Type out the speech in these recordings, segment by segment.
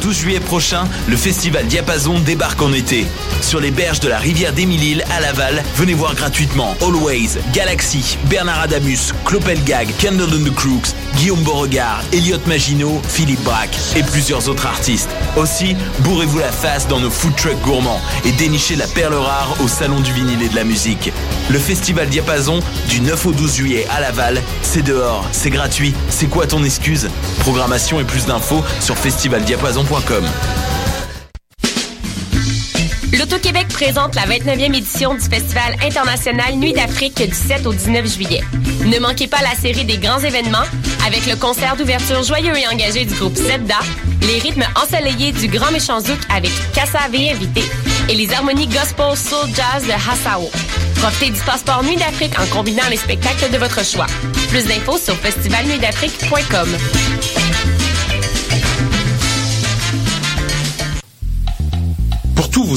12 juillet prochain, le festival Diapason débarque en été. Sur les berges de la rivière d'Émilie-Île à Laval, venez voir gratuitement Always, Galaxy, Bernard Adamus, Clopelgag, Candle and the Crooks, Guillaume Beauregard, Elliot Maginot, Philippe Braque et plusieurs autres artistes. Aussi, bourrez-vous la face dans nos food trucks gourmands et dénichez la perle rare au Salon du vinyle et de la musique. Le festival Diapason du 9 au 12 juillet à Laval, c'est dehors, c'est gratuit, c'est quoi ton excuse Programmation et plus d'infos sur festivaldiapason.com. L'Auto-Québec présente la 29e édition du Festival international Nuit d'Afrique du 7 au 19 juillet. Ne manquez pas la série des grands événements avec le concert d'ouverture joyeux et engagé du groupe Zebda, les rythmes ensoleillés du Grand Méchant Zouk avec Kassavé invité et les harmonies gospel soul jazz de Hassao. Profitez du passeport Nuit d'Afrique en combinant les spectacles de votre choix. Plus d'infos sur festivalnuitdafrique.com. Pour tous vos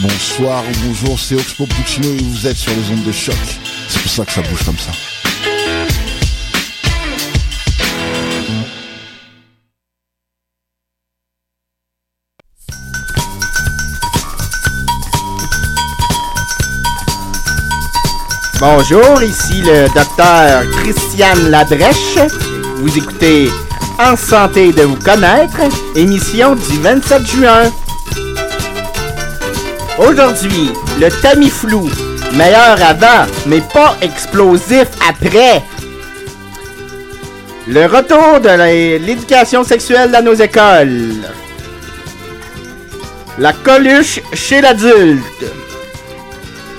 Bonsoir ou bonjour, c'est Oxpo Puccino et vous êtes sur les ondes de choc. C'est pour ça que ça bouge comme ça. Bonjour, ici le docteur Christiane Ladrèche. Vous écoutez En santé de vous connaître, émission du 27 juin. Aujourd'hui, le Tamiflou, meilleur avant, mais pas explosif après. Le retour de la- l'éducation sexuelle dans nos écoles. La coluche chez l'adulte.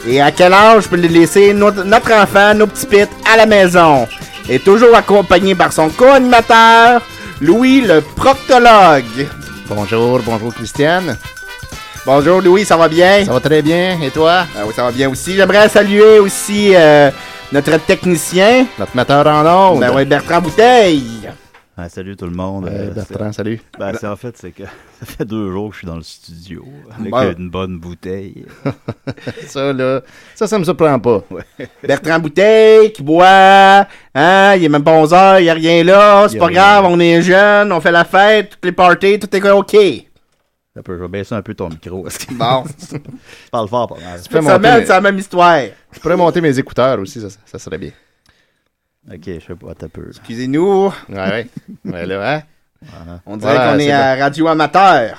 Et à quel âge peut laisser no- notre enfant, nos petits pits, à la maison? Et toujours accompagné par son co-animateur, Louis le proctologue. Bonjour, bonjour Christiane. Bonjour Louis, ça va bien? Ça va très bien, et toi? oui, ça va bien aussi. J'aimerais saluer aussi euh, notre technicien. Notre metteur en ondes. Ben oui, Bertrand Bouteille. Ah, salut tout le monde. Ouais, Euh, Bertrand, c'est- salut. Ben, c'est en fait, c'est que ça fait deux jours que je suis dans le studio avec Bon. une bonne bouteille. Ben. Ça, là, ça, ça me surprend pas. Bertrand Bouteille qui boit, hein, il est même pas 11 heures, il n'y a rien là, Y c'est a pas rien. grave, on est jeunes, on fait la fête, toutes les parties, tout est OK. Ça peut- Je vais baisser un peu ton micro. Bon. Je parle fort pas mal. Cette semaine, c'est la même histoire. Je pourrais monter mes écouteurs aussi, ça, ça serait bien. Ok, je sais pas, t'as peu. Excusez-nous, Ouais, ouais. Ouais, là, hein? on dirait Ouais, qu'on c'est est à radio amateur.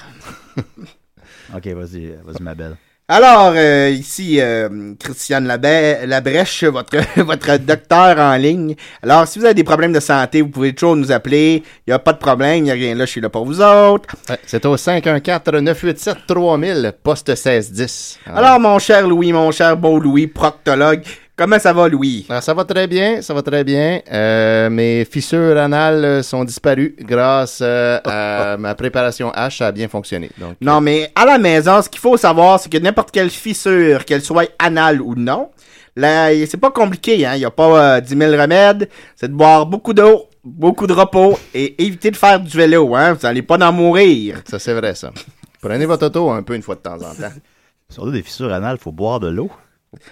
Ok, vas-y, vas-y, ma belle. Alors, euh, ici, euh, Christiane Labe- Labrèche, votre, votre docteur en ligne. Alors, si vous avez des problèmes de santé, vous pouvez toujours nous appeler. Il n'y a pas de problème, il n'y a rien là, je suis là pour vous autres. Ouais, c'est au 514-987-3000, poste 1610. Ah. Alors, mon cher Louis, mon cher beau Louis, proctologue, comment ça va, Louis? Alors, Ah, ça va très bien, ça va très bien. Euh, mes fissures anales euh, sont disparues grâce euh, à ma préparation H, ça a bien fonctionné. Donc, euh, Non, mais à la maison, ce qu'il faut savoir, c'est que n'importe quelle fissure, qu'elle soit anale ou non, là, c'est pas compliqué, hein. Il n'y a pas euh, 10 000 remèdes. C'est de boire beaucoup d'eau, beaucoup de repos et éviter de faire du vélo, hein. Vous n'allez pas en mourir. ça c'est vrai ça. Prenez votre auto un peu une fois de temps en temps. Surtout des fissures anales, faut boire de l'eau.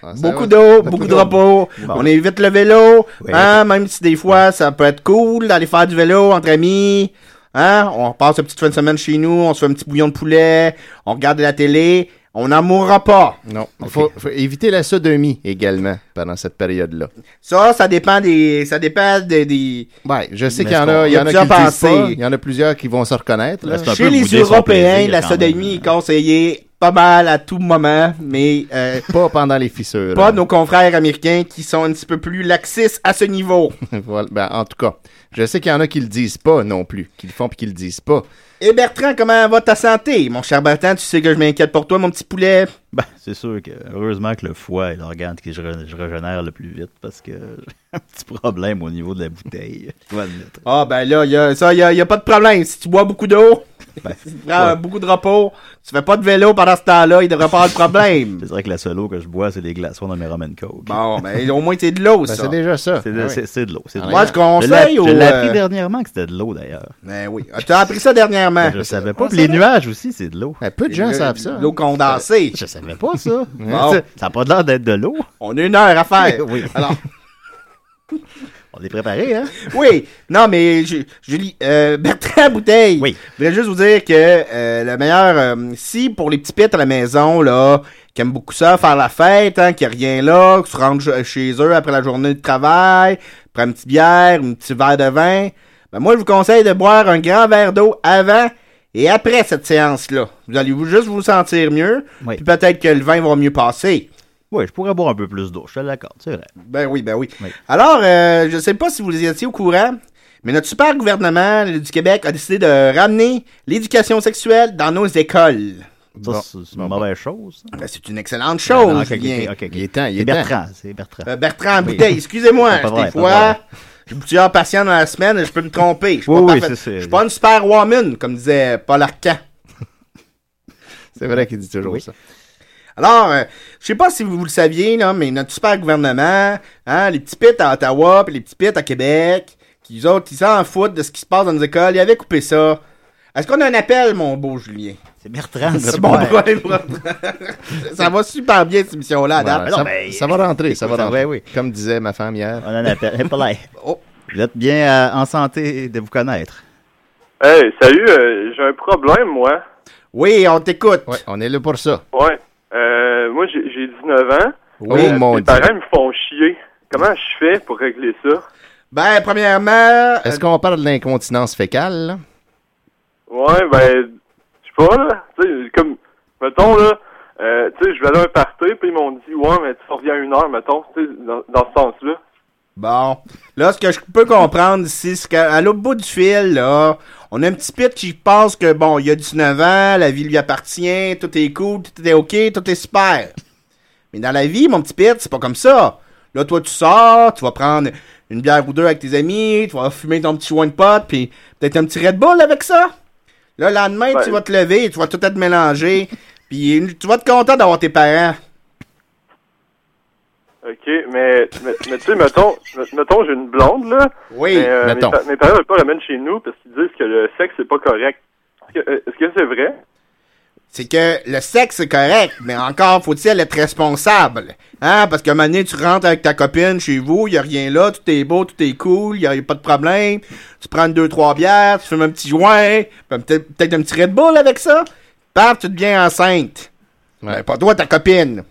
Ah, ça Beaucoup va. d'eau, beaucoup de repos. On évite le vélo, Oui. hein, même si des fois ça peut être cool d'aller faire du vélo entre amis. Hein, on passe une petite fin de semaine chez nous, on se fait un petit bouillon de poulet, on regarde la télé, on n'en mourra pas. Non, il faut, faut éviter la sodomie également pendant cette période-là. Ça, ça dépend des, ça dépend des, des- Ouais, je sais Mais qu'il y en est-ce qu'on- a, il y en a qui le plusieurs disent pas, pensées. il y en a plusieurs qui vont se reconnaître. là. C'est un Chez peu les bouder son Européens, plaisir la quand sodomie est même, hein. conseillée pas mal à tout moment, mais euh, Pas pendant les fissures. pas nos confrères américains qui sont un petit peu plus laxistes à ce niveau. Voilà. Ben, en tout cas, je sais qu'il y en a qui le disent pas non plus, qui le font puis qui le disent pas. Et Eh, Bertrand, comment va ta santé? Mon cher Bertrand, tu sais que je m'inquiète pour toi, mon petit poulet. Ben, c'est sûr que, heureusement que le foie est l'organe que je, re- je régénère le plus vite parce que j'ai un petit problème au niveau de la bouteille. Je dois admettre. Ah, ben là, y a, ça, il a, y a pas de problème. Si tu bois beaucoup d'eau, Ben, tu prends beaucoup de repos, tu fais pas de vélo pendant ce temps-là, il devrait pas avoir de problème. c'est vrai que la seule eau que je bois, c'est des glaçons dans mes Roman Coke. bon, ben au moins, c'est de l'eau, Ben, ça. c'est déjà ça. C'est de, Ah oui. c'est- c'est de l'eau. c'est de Moi, l'eau. je conseille Je ou, l'ai- je l'ai appris euh, dernièrement que c'était de l'eau, d'ailleurs. Ben oui. Ah, Tu as appris ça dernièrement. Je savais pas. On Puis les savait. nuages aussi, c'est de l'eau. Ben, peu de gens Le- savent ça. L'eau condensée. Je savais pas ça. Bon. Ça n'a pas l'air d'être de l'eau. On a une heure à faire. Oui. Alors, On est préparé, hein? oui. Non, mais Ju- Julie, euh, Bertrand Bouteille. Oui. Je voudrais juste vous dire que euh, le meilleur, euh, si pour les petits pits à la maison, là, qui aiment beaucoup ça, faire la fête, hein, qu'il n'y a rien là, que tu rentres che- chez eux après la journée de travail, prends une petite bière, un petit verre de vin, ben moi, je vous conseille de boire un grand verre d'eau avant et après cette séance-là. Vous allez vous juste vous sentir mieux, Oui. puis peut-être que le vin va mieux passer. Oui, je pourrais boire un peu plus d'eau. Je suis d'accord, c'est vrai. Ben oui, ben oui. Oui. Alors, euh, je sais pas si vous étiez au courant, mais notre super gouvernement du Québec a décidé de ramener l'éducation sexuelle dans nos écoles. Ça, Bon. c'est c'est une mauvaise chose. ça. Ben, c'est une excellente Ah, non, chose, ok, ok, Julien. ok, ok. Il est temps, il C'est est temps. Bertrand, c'est Bertrand. Euh, Bertrand Oui. Bouteille, excusez-moi, C'est pas vrai, des c'est pas fois, vrai. j'ai plusieurs patients dans la semaine, je peux me tromper. Je suis Oui, pas oui, parfaite. c'est- c'est- Je suis pas une superwoman, comme disait Paul Arcan. C'est vrai qu'il dit toujours Oui. ça. Alors, euh, je sais pas si vous le saviez, là, mais notre super gouvernement, hein, les petits pits à Ottawa, puis les petits pits à Québec, qui eux autres, ils s'en foutent de ce qui se passe dans nos écoles, ils avaient coupé ça. Est-ce qu'on a un appel, mon beau Julien? C'est Bertrand, C'est notre bon, père. ouais, ouais. ça va super bien, cette émission-là, à date. Voilà, non, ça, mais- ça va rentrer, ça Ben, Écoute, va rentrer. ouais, oui. Comme disait ma femme hier. On en appelle. Hey, Paul, hey. Oh. Vous êtes bien euh, en santé de vous connaître. Hey, salut, euh, j'ai un problème, moi. Oui, on t'écoute. Ouais, on est là pour ça. Ouais. Euh, moi, j'ai j'ai 19 ans. oh Euh, mes mon dieu. parents me font chier. Comment je fais pour régler ça? Ben, premièrement, euh, Est-ce qu'on parle d'incontinence fécale? là? Ouais, ben, je sais pas, là. Tu sais, comme, mettons, là, euh, tu sais, je vais aller à un party, puis ils m'ont dit, ouais, mais tu reviens à une heure, mettons, tu sais, dans, dans ce sens-là. Bon, là, ce que je peux comprendre ici, c'est qu'à l'autre bout du fil, là, on a un petit pit qui pense que, bon, il a 19 ans, la vie lui appartient, tout est cool, tout est OK, tout est super. Mais dans la vie, mon petit pit, c'est pas comme ça. Là, toi, tu sors, tu vas prendre une bière ou deux avec tes amis, tu vas fumer ton petit joint de pot, puis peut-être un petit Red Bull avec ça. Là, le lendemain, Ouais. tu vas te lever, tu vas tout être mélangé, puis tu vas être content d'avoir tes parents. OK, mais, mais, mais tu sais, mettons, me- mettons, j'ai une blonde, là. Oui. mais, euh, mes, mettons. pa- mes parents veulent pas la mettre chez nous parce qu'ils disent que le sexe, c'est pas correct. Est-ce que euh, est-ce que c'est vrai? c'est que le sexe est correct, mais encore faut-il être responsable. Hein? Parce qu'à un moment donné, tu rentres avec ta copine chez vous, il a rien là, tout est beau, tout est cool, il a, y a pas de problème. Tu prends une, deux, trois bières, tu fumes un petit joint, ben, peut-être peut-être un petit Red Bull avec ça. Paf, tu deviens enceinte. Ouais. Ben, pas toi, ta copine.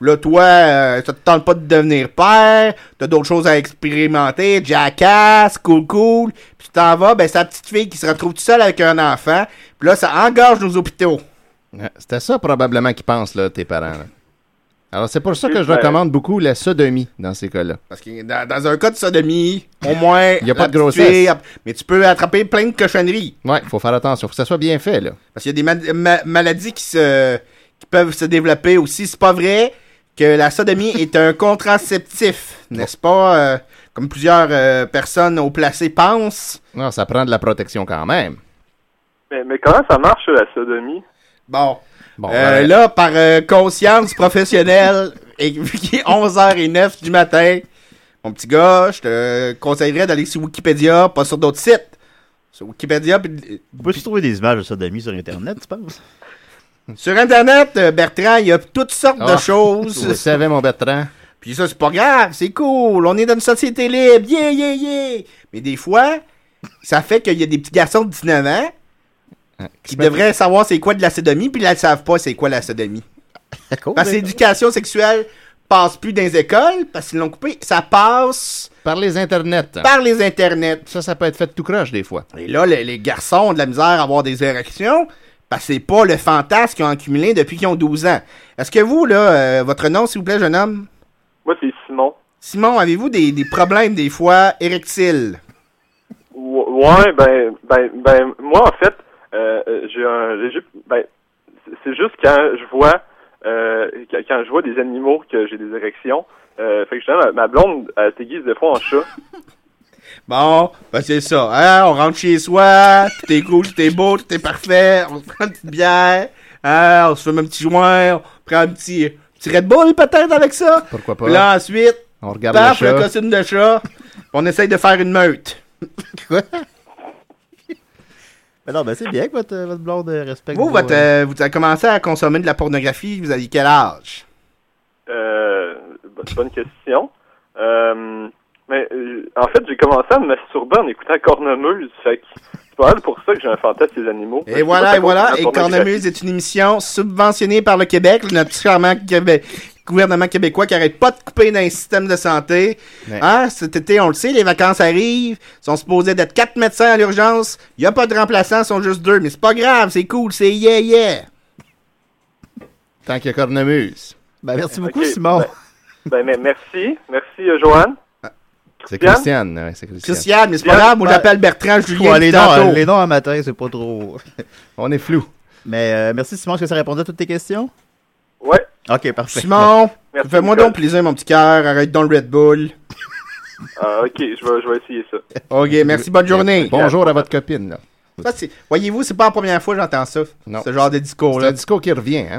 Là, toi, euh, ça te tente pas de devenir père, t'as d'autres choses à expérimenter, jackass, cool cool, puis tu t'en vas, ben c'est la petite fille qui se retrouve toute seule avec un enfant, puis là, ça engorge nos hôpitaux. Ouais, C'était ça probablement qu'ils pensent, là, tes parents. là. Alors c'est pour ça que je Ouais. recommande beaucoup la sodomie dans ces cas-là. Parce que dans, dans un cas de sodomie, au moins. Il y a pas la de petite grossesse. fille, elle- mais tu peux attraper plein de cochonneries. Ouais, faut faire attention, faut que ça soit bien fait, là. Parce qu'il y a des ma- ma- maladies qui, se, qui peuvent se développer aussi. C'est pas vrai que la sodomie est un contraceptif, n'est-ce pas? euh, comme plusieurs euh, personnes au placé pensent. Non, ça prend de la protection quand même. Mais, mais comment ça marche, la sodomie? Bon. Bon, Euh, ben, Là, par euh, conscience professionnelle, et vu qu'il est 11h09 du matin, mon petit gars, je te conseillerais d'aller sur Wikipédia, pas sur d'autres sites. Sur Wikipédia, puis On peut-tu trouver des images de sodomie sur Internet, tu penses? Sur Internet, euh, Bertrand, il y a toutes sortes Ah. de vous le choses. savez, mon Bertrand. Puis ça, c'est pas grave, c'est cool. On est dans une société libre. Yeah, yeah, yeah. Mais des fois, ça fait qu'il y a des petits garçons de 19 ans qui se mettent- devraient savoir c'est quoi de la sodomie, puis là, ils savent pas c'est quoi la sodomie. Parce que l'éducation sexuelle passe plus dans les écoles, parce qu'ils l'ont coupé. Ça passe Par les Internet. par les internets. Ça, ça peut être fait tout croche des fois. Et là, les, les garçons ont de la misère à avoir des érections. Parce que c'est pas le fantasme qu'ils ont accumulé depuis qu'ils ont 12 ans. Est-ce que vous, là, euh, votre nom, s'il vous plaît, jeune homme? Moi, c'est Simon. Simon, avez-vous des, des problèmes, des fois, érectiles? Ou- Ouais, ben, ben, ben, moi, en fait, euh, euh, j'ai un léger. Ben, c'est- c'est juste quand je vois, euh, quand- quand je vois des animaux que j'ai des érections. Euh, fait que justement, ma- ma blonde, elle s'aiguise des fois en chat. Bon, ben c'est ça. Hein? On rentre chez soi, tout est cool, tout est beau, tout est parfait. On se prend une petite bière, hein? on se fait un petit joint, on prend un petit, petit Red Bull peut-être avec ça. Pourquoi pas? Puis là, ensuite, on regarde paf, le le, chat. costume de chat, puis on essaye de faire une meute. Mais non, ben c'est bien que votre, euh, votre blonde euh, respecte. Vous, vos, votre, euh, euh, vous avez commencé à consommer de la pornographie, vous aviez quel âge? Euh, bo- bonne question. Euh, mais euh, en fait, j'ai commencé à me masturber en écoutant Cornemuse. Fait que c'est pas mal pour ça que j'ai un fantasme des animaux. Fait que Et c'est pas voilà, à et voilà. cause de Et la pornographie. Cornemuse est une émission subventionnée par le Québec, le notre petit gouvernement, québé- gouvernement québécois qui arrête pas de couper dans les systèmes de santé. Ouais. Hein, cet été, on le sait, les vacances arrivent. Ils sont supposés d'être quatre médecins à l'urgence. Il n'y a pas de remplaçants, ils sont juste deux. Mais c'est pas grave, c'est cool, c'est yeah, yeah. Tant qu'il y a cornemuse. Ben merci beaucoup, Ok, Simon. Ben, mais merci. Merci, euh, Joanne. C'est Bien. Christiane, ouais, c'est Christiane. Christiane, mais c'est pas Bien, grave, moi ben- j'appelle Bertrand Julien Ouais, les, depuis noms, euh, tantôt. les noms à matin, c'est pas trop. On est flou. Mais euh, merci, Simon. Est-ce que ça répondait à toutes tes questions? Ouais. Ok, parfait. Simon, Merci, fais-moi Nicole. donc plaisir, mon petit cœur. Arrête donc le Red Bull. Ah, ok, je vais, je vais essayer ça. OK, merci, bonne journée. Bonjour à votre copine. là. Ça, c'est- Voyez-vous, c'est pas la première fois que j'entends ça, Non. ce genre de discours-là. C'est un discours qui revient. Hein?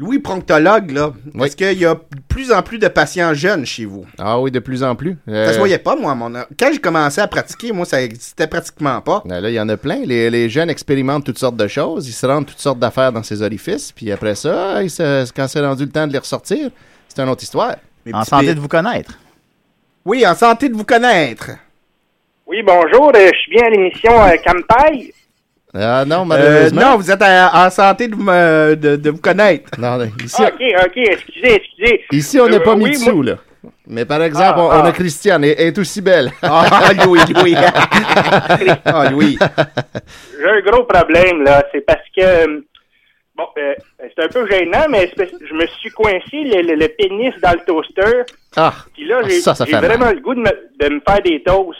Louis Pronctologue, là, Oui. est-ce qu'il y a de plus en plus de patients jeunes chez vous? Ah oui, de plus en plus. Euh, Ça se voyait pas, moi. à Mon... Quand j'ai commencé à pratiquer, moi, ça existait pratiquement pas. Ben Là, il y en a plein. Les, les jeunes expérimentent toutes sortes de choses. Ils se rendent toutes sortes d'affaires dans ces orifices. Puis après ça, ils se- quand c'est rendu le temps de les ressortir, c'est une autre histoire. Mes En petits santé pires. de vous connaître. Oui, en santé de vous connaître. Oui, bonjour, euh, je suis bien à l'émission euh, Campagne. Ah non, Euh, malheureusement. non, vous êtes à- en santé de, me- de- de vous connaître. Non, non, ici, Ah, ok, ok, excusez, excusez. ici, on n'est Euh, pas oui, mis de moi- sous, là. Mais par exemple, on, on a Christiane. Elle elle est aussi belle. Ah, Louis, Louis. ah, Louis. J'ai un gros problème, là. C'est parce que. euh, Bon, euh, c'est un peu gênant, mais c'est parce que je me suis coincé le, le- le pénis dans le toaster. Ah, Puis là, ah, j'ai ça, ça j'ai fait mal. vraiment le goût de me, de me faire des toasts.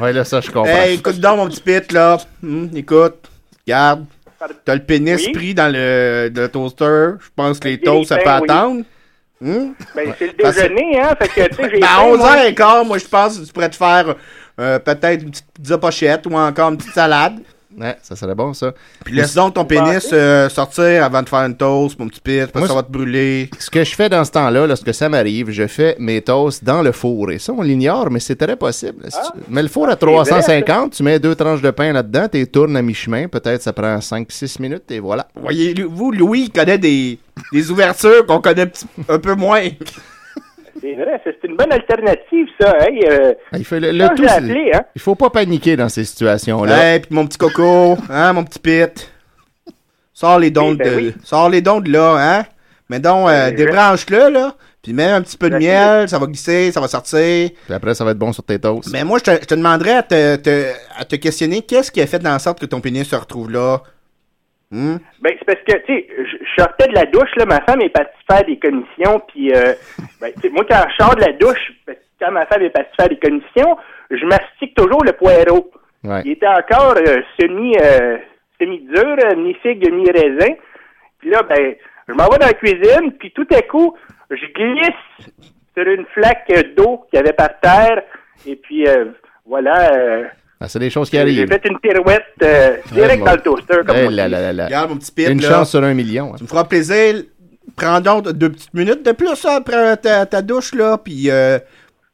Ouais, là, ça, je comprends. Hey, écoute donc, mon petit pit, là. Hum, écoute, regarde. T'as le pénis Oui? pris dans le, le toaster. Je pense que les Ok, toasts, ça ben peut oui. attendre. Hum? Ben, c'est le Ah, Parce que- déjeuner, hein. Fait que, tu sais, j'ai. Ben, faim, 11 moi. h 15 moi, je pense que tu pourrais te faire euh, peut-être une petite pizza pochette ou encore une petite salade. Ouais, ça serait bon, ça. Puis laisse donc ton pénis Bah, euh, sortir avant de faire une toast, mon petit pit, parce Moi, que ça va te brûler. Ce que je fais dans ce temps-là, lorsque ça m'arrive, je fais mes toasts dans le four. Et ça, on l'ignore, mais c'est très possible. Si Ah. tu- Mais le four à 350, tu mets deux tranches de pain là-dedans, tu les tournes à mi-chemin, peut-être ça prend 5-6 minutes, et voilà. Voyez-vous, Louis il connaît des, des ouvertures qu'on connaît petit- un peu moins. C'est vrai, c'est c'est une bonne alternative, ça. Hey, euh, Ah, Il, fait le, le quand je tout, l'ai c'est- appelé, hein. il faut pas paniquer dans ces situations-là. Hey, puis mon petit coco, hein, mon petit pit. Sors les dons Oui, ben de oui. Eh, sors les dons de là, hein. Mais donc, euh, je- débranche-le, là. Puis mets un petit peu de Merci. miel, ça va glisser, ça va sortir. Puis après, ça va être bon sur tes toasts. Mais moi, je te, je te demanderais à te, te- à te questionner qu'est-ce qui a fait en sorte que ton pénis se retrouve là. Hmm? Ben, c'est parce que, tu sais, je je sortais de la douche, là, ma femme est partie faire des commissions, puis, euh, ben, tu sais, moi, quand je sors de la douche, ben, quand ma femme est partie faire des commissions, je mastique toujours le poireau. Ouais. Il était encore euh, semi, euh, semi-dur, euh, mi-figue, mi-raisin. Puis là, ben, je m'en vais dans la cuisine, puis tout à coup, je glisse sur une flaque euh, d'eau qu'il y avait par terre, et puis, euh, voilà, euh, Ah, c'est des choses qui j'ai arrivent. fait une pirouette euh, direct bon. dans le toaster, comme Eh on dit. là, là, là, là. Regarde mon petit pit, Une là. chance sur un million. hein. Tu me feras plaisir. Prends donc deux petites minutes de plus hein, après ta, ta douche, là. Puis euh,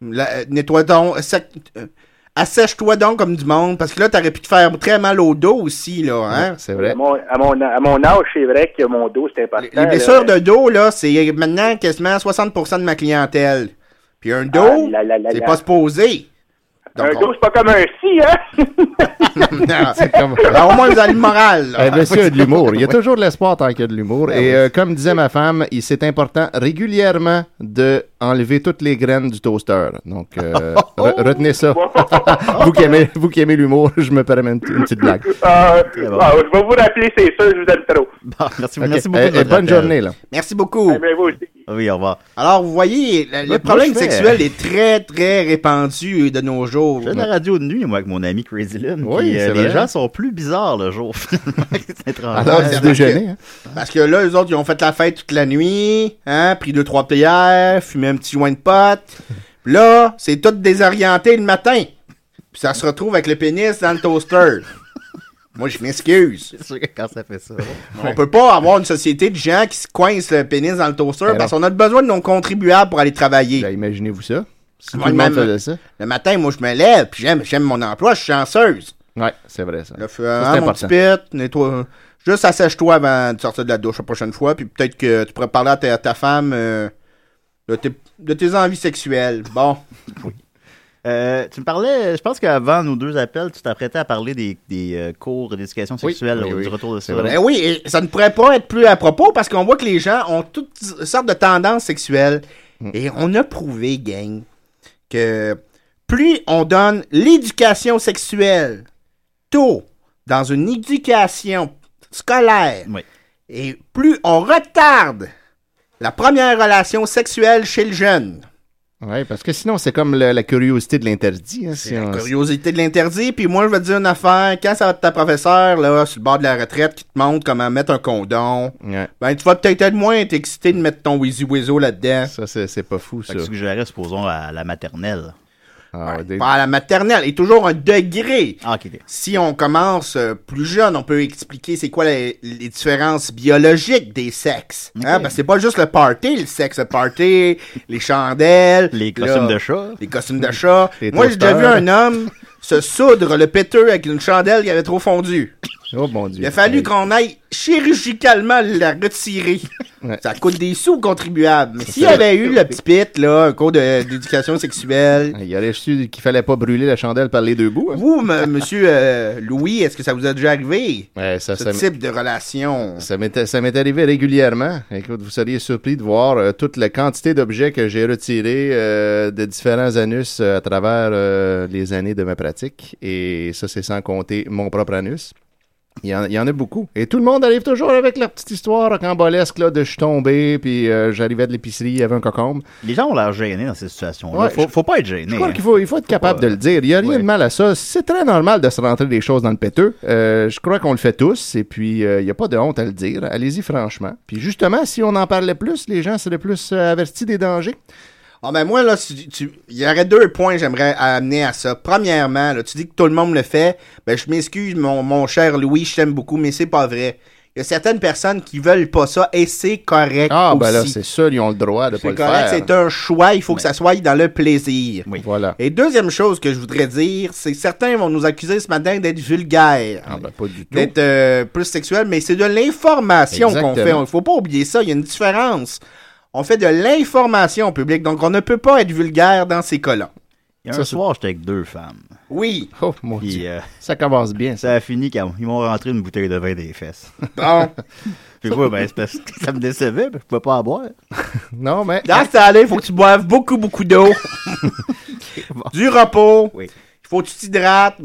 la- nettoie donc. sec- euh, Assèche-toi donc comme du monde. Parce que là, t'aurais pu te faire très mal au dos aussi, là. Hein? C'est vrai. À mon, à, mon, à mon âge, c'est vrai que mon dos, c'est important. Les blessures de dos, là, c'est maintenant quasiment 60% de ma clientèle. Puis un dos, Ah, là, là, là, c'est là. pas supposé. un Donc, on- gars, c'est pas comme un si, hein? Non, c'est comme... Alors, au moins, vous avez le moral. là. Ben Eh, monsieur a de l'humour. Il y a toujours de l'espoir tant qu'il y a de l'humour. Et euh, comme disait ma femme, il c'est important régulièrement de enlever toutes les graines du toaster. Donc, euh, re- retenez ça. vous qui aimez, vous qui aimez l'humour, je me permets une, une petite blague. Ah, ah, je vais vous rappeler, c'est sûr, je vous aime trop. Bon, Ah, merci, Ok. merci beaucoup. Eh, de eh, votre bonne appel. journée là. Merci beaucoup. Ah, mais vous aussi. Oui, au revoir. Alors, vous voyez, le, le Moi, problème je fais- sexuel est très, très répandu de nos jours. Je fais de la radio de nuit, moi, avec mon ami Crazy Lynn. Oui, puis, euh, c'est les vrai. gens sont plus bizarres le jour, finalement. c'est étrange. Alors, Ah, c'est du marqué. Ah, déjeuner. hein. Parce que là, eux autres, ils ont fait la fête toute la nuit, hein, pris deux, trois payères, fumé un petit joint de pote. Puis là, c'est tout désorienté le matin. Puis ça se retrouve avec le pénis dans le toaster. Moi, je m'excuse. C'est sûr que quand ça fait ça. On peut pas avoir une société de gens qui se coincent le pénis dans le toaster Ben non. parce qu'on a besoin de nos contribuables pour aller travailler. Là, Imaginez-vous ça. Si Moi, tout le monde même- faisait ça. Le matin, moi, je me lève, puis j'aime, j'aime mon emploi, je suis chanceuse. Ouais, c'est vrai ça. Là, fais, Ça, hein, c'est mon petit important. pit, nettoie. Juste assèche-toi avant de sortir de la douche la prochaine fois, puis peut-être que tu pourrais parler à ta, ta femme euh, de, tes, de tes envies sexuelles. Bon. Euh, tu me parlais, je pense qu'avant nos deux appels, tu t'apprêtais à parler des, des euh, cours d'éducation Oui, sexuelle oui, au- oui. du retour de C'est ça. vrai. Eh oui, et ça ne pourrait pas être plus à propos parce qu'on voit que les gens ont toutes sortes de tendances sexuelles. Hmm. Et on a prouvé, gang, que plus on donne l'éducation sexuelle tôt dans une éducation scolaire, Oui. et plus on retarde la première relation sexuelle chez le jeune. Ouais, parce que sinon c'est comme le- la curiosité de l'interdit. hein, si La on- curiosité de l'interdit, puis moi je vais te dire une affaire, quand ça va être ta professeure, là, sur le bord de la retraite, qui te montre comment mettre un condom, Ouais. ben, tu vas peut-être être moins excité de mettre ton Wheezy Weasel là-dedans. Ça c'est c'est pas fou ça. Fait que suggérais, supposons, à la maternelle. Ah, des- Ben, Pas à la maternelle. Et toujours un degré. Ah, ok. ok. Si on commence euh, plus jeune, on peut expliquer c'est quoi les, les différences biologiques des sexes. Hein? Ok. Parce que c'est pas juste le party, le sexe, le party, les chandelles. Les là, costumes de chat. Les costumes de chat. Les Moi, j'ai déjà vu toasters. un homme se soudre le péteux avec une chandelle qui avait trop fondu. Oh mon dieu. Il a fallu Ouais. qu'on aille chirurgicalement la retirer. Ouais. Ça coûte des sous aux contribuables. Mais s'il y avait eu le petit pit, là, un cours de- d'éducation sexuelle. Il aurait su qu'il fallait pas brûler la chandelle par les deux bouts. hein. Vous, m- monsieur euh, Louis, est-ce que ça vous a déjà arrivé? Ouais, ça, Ce ça, type de relation. ça m'était ça m'est arrivé régulièrement. Écoute, vous seriez surpris de voir euh, toute la quantité d'objets que j'ai retirés euh, de différents anus euh, à travers euh, les années de ma pratique. Et ça, c'est sans compter mon propre anus. Il y, en, il y en a beaucoup. Et tout le monde arrive toujours avec la petite histoire rocambolesque là, de je suis tombé, puis euh, j'arrivais de l'épicerie, il y avait un cocombe. Les gens ont l'air gênés dans ces situations-là. Ouais, faut, je- faut pas être Je gêné. crois hein. qu'il faut, il faut être capable pas- de le dire. Il n'y a rien Ouais. de mal à ça. C'est très normal de se rentrer des choses dans le péteux. Euh, je crois qu'on le fait tous et puis euh, il n'y a pas de honte à le dire. Allez-y franchement. Puis justement, si on en parlait plus, les gens seraient plus euh, avertis des dangers. Ah ben moi, là, tu- tu- il y aurait deux points que j'aimerais amener à ça. Premièrement, là, tu dis que tout le monde le fait. Ben je m'excuse, mon, mon cher Louis, je t'aime beaucoup, mais c'est pas vrai. Il y a certaines personnes qui veulent pas ça et c'est correct. Ah, ben aussi. là, c'est ça, ils ont le droit de pas C'est le faire. correct, c'est un choix, il faut que ça soit dans le plaisir. Oui. Voilà. Et deuxième chose que je voudrais dire, c'est que certains vont nous accuser ce matin d'être vulgaires. Ah, ben pas du tout. d'être euh, plus sexuel, mais c'est de l'information qu'on fait. Exactement. Il faut pas oublier ça, il y a une différence. On fait de l'information au public, donc on ne peut pas être vulgaire dans ces cas-là. Il y a Ça, un c'est- soir, j'étais avec deux femmes. Oui, Oh mon Puis dieu. euh, Ça commence bien. Ça. ça a fini quand ils m'ont rentré une bouteille de vin des fesses. bon. Puis moi, ben, c'est parce que ça me décevait, puis je pouvais pas en boire. Ah, Non, mais. Dans Ah, ça allait, il faut que tu boives beaucoup, beaucoup d'eau. Du repos. Oui. Il faut que tu t'hydrates.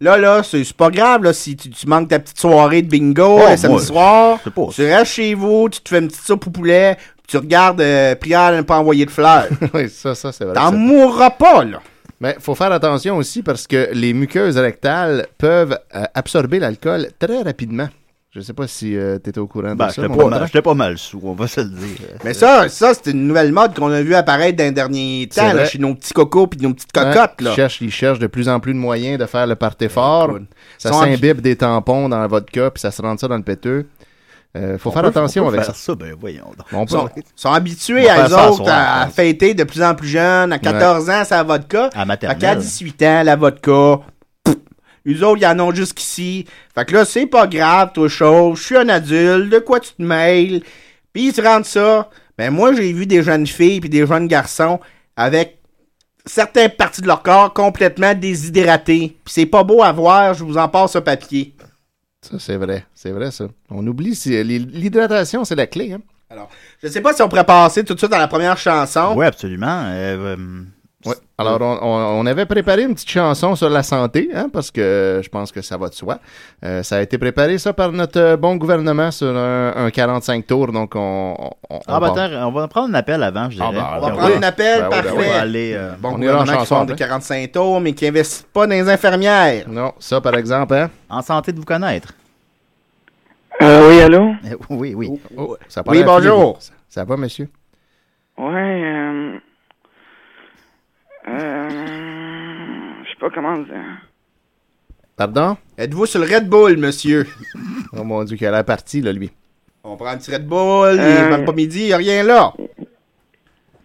Là, là, c'est c'est pas grave là, si tu, tu manques ta petite soirée de bingo Oh, le samedi moi, soir. c'est pas- Tu restes chez vous, tu te fais une petite soupe au poulet, puis tu regardes euh, Prière ne pas envoyer de fleurs. Oui, ça, ça, c'est vrai. T'en Ça- mourras pas, là. Mais faut faire attention aussi parce que les muqueuses rectales peuvent euh, absorber l'alcool très rapidement. Je sais pas si tu étais au courant Ben, de ça. j'étais mon pas, frère. mal- j'étais pas mal sous, on va se le dire. Mais ça, ça c'est une nouvelle mode qu'on a vu apparaître dans les derniers C'est temps, là, vrai. chez nos petits cocos puis nos petites Hein, cocottes. Ils Là. Ben, cherchent, ils cherchent de plus en plus de moyens de faire le party fort. écoute, Ça sont s'imbibe des tampons dans la vodka, puis ça se rentre ça dans le péteux. Euh, faut faire On peut- attention on peut avec faire ça. ça. Ben voyons donc. On Ils sont, peut- ils sont habitués On va à faire eux ça à autres soir, à, je hein. à pense. fêter de plus en plus jeunes. À 14 ans, c'est la vodka. À Fait qu'à maternelle. 18 ans, la vodka. pff, Eux autres, ils en ont jusqu'ici. Fait que là, c'est pas grave, toi, chauve. Je suis un adulte. De quoi tu te mêles? Ben, Puis ils se rendent ça. Mais moi, j'ai vu des jeunes filles puis des jeunes garçons avec certaines parties de leur corps complètement déshydratées. Puis c'est pas beau à voir, je vous en passe un papier. Ça, c'est vrai. C'est vrai, ça. On oublie, c'est- l'hydratation, c'est la clé. Hein. Alors, je sais pas si on pourrait passer tout de suite à la première chanson. Oui, absolument. Euh, euh, Ouais. Alors, on, on- on avait préparé une petite chanson sur la santé, hein, parce que euh, je pense que ça va de soi. Euh, ça a été préparé, ça, par notre euh, bon gouvernement sur un, un 45 tours, donc on... on- on- ah, on bah, va- attends, on va prendre un appel avant, je Ah, dirais. bah, On va Puis prendre un Ben appel, oui, ben parfait. on va aller. euh, Bon, On on ira en gouvernement qui chanson font des après. 45 tours, mais qui investissent pas dans les infirmières. Non, ça, par exemple, hein? En santé de vous connaître. Euh, oui, allô? Euh, oui, oui. Oh, ça Oui, parle à Philippe. bonjour. Ça, ça va, monsieur? Ouais, euh... Euh... Je sais pas comment dire. Pardon? Êtes-vous sur le Red Bull, monsieur? Oh mon Dieu, qu'il a l'air parti, là, lui. On prend un petit Red Bull, il est Euh. même pas midi, y a rien là.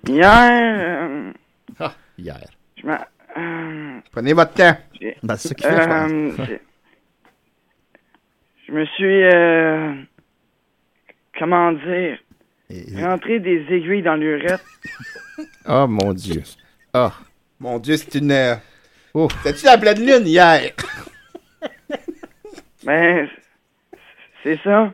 Hier, euh... Ah, hier. Je m'a... Euh... Prenez votre temps. Ben, Bah, c'est ça qu'il fait, je pense. euh, j'ai- Je me suis... Euh... Comment dire? Et- et- Rentré des aiguilles dans l'urette. Oh mon Dieu. Ah, Mon Dieu, c'est une. euh, Oh. T'as-tu la pleine lune hier? Ben... c'est- C'est ça?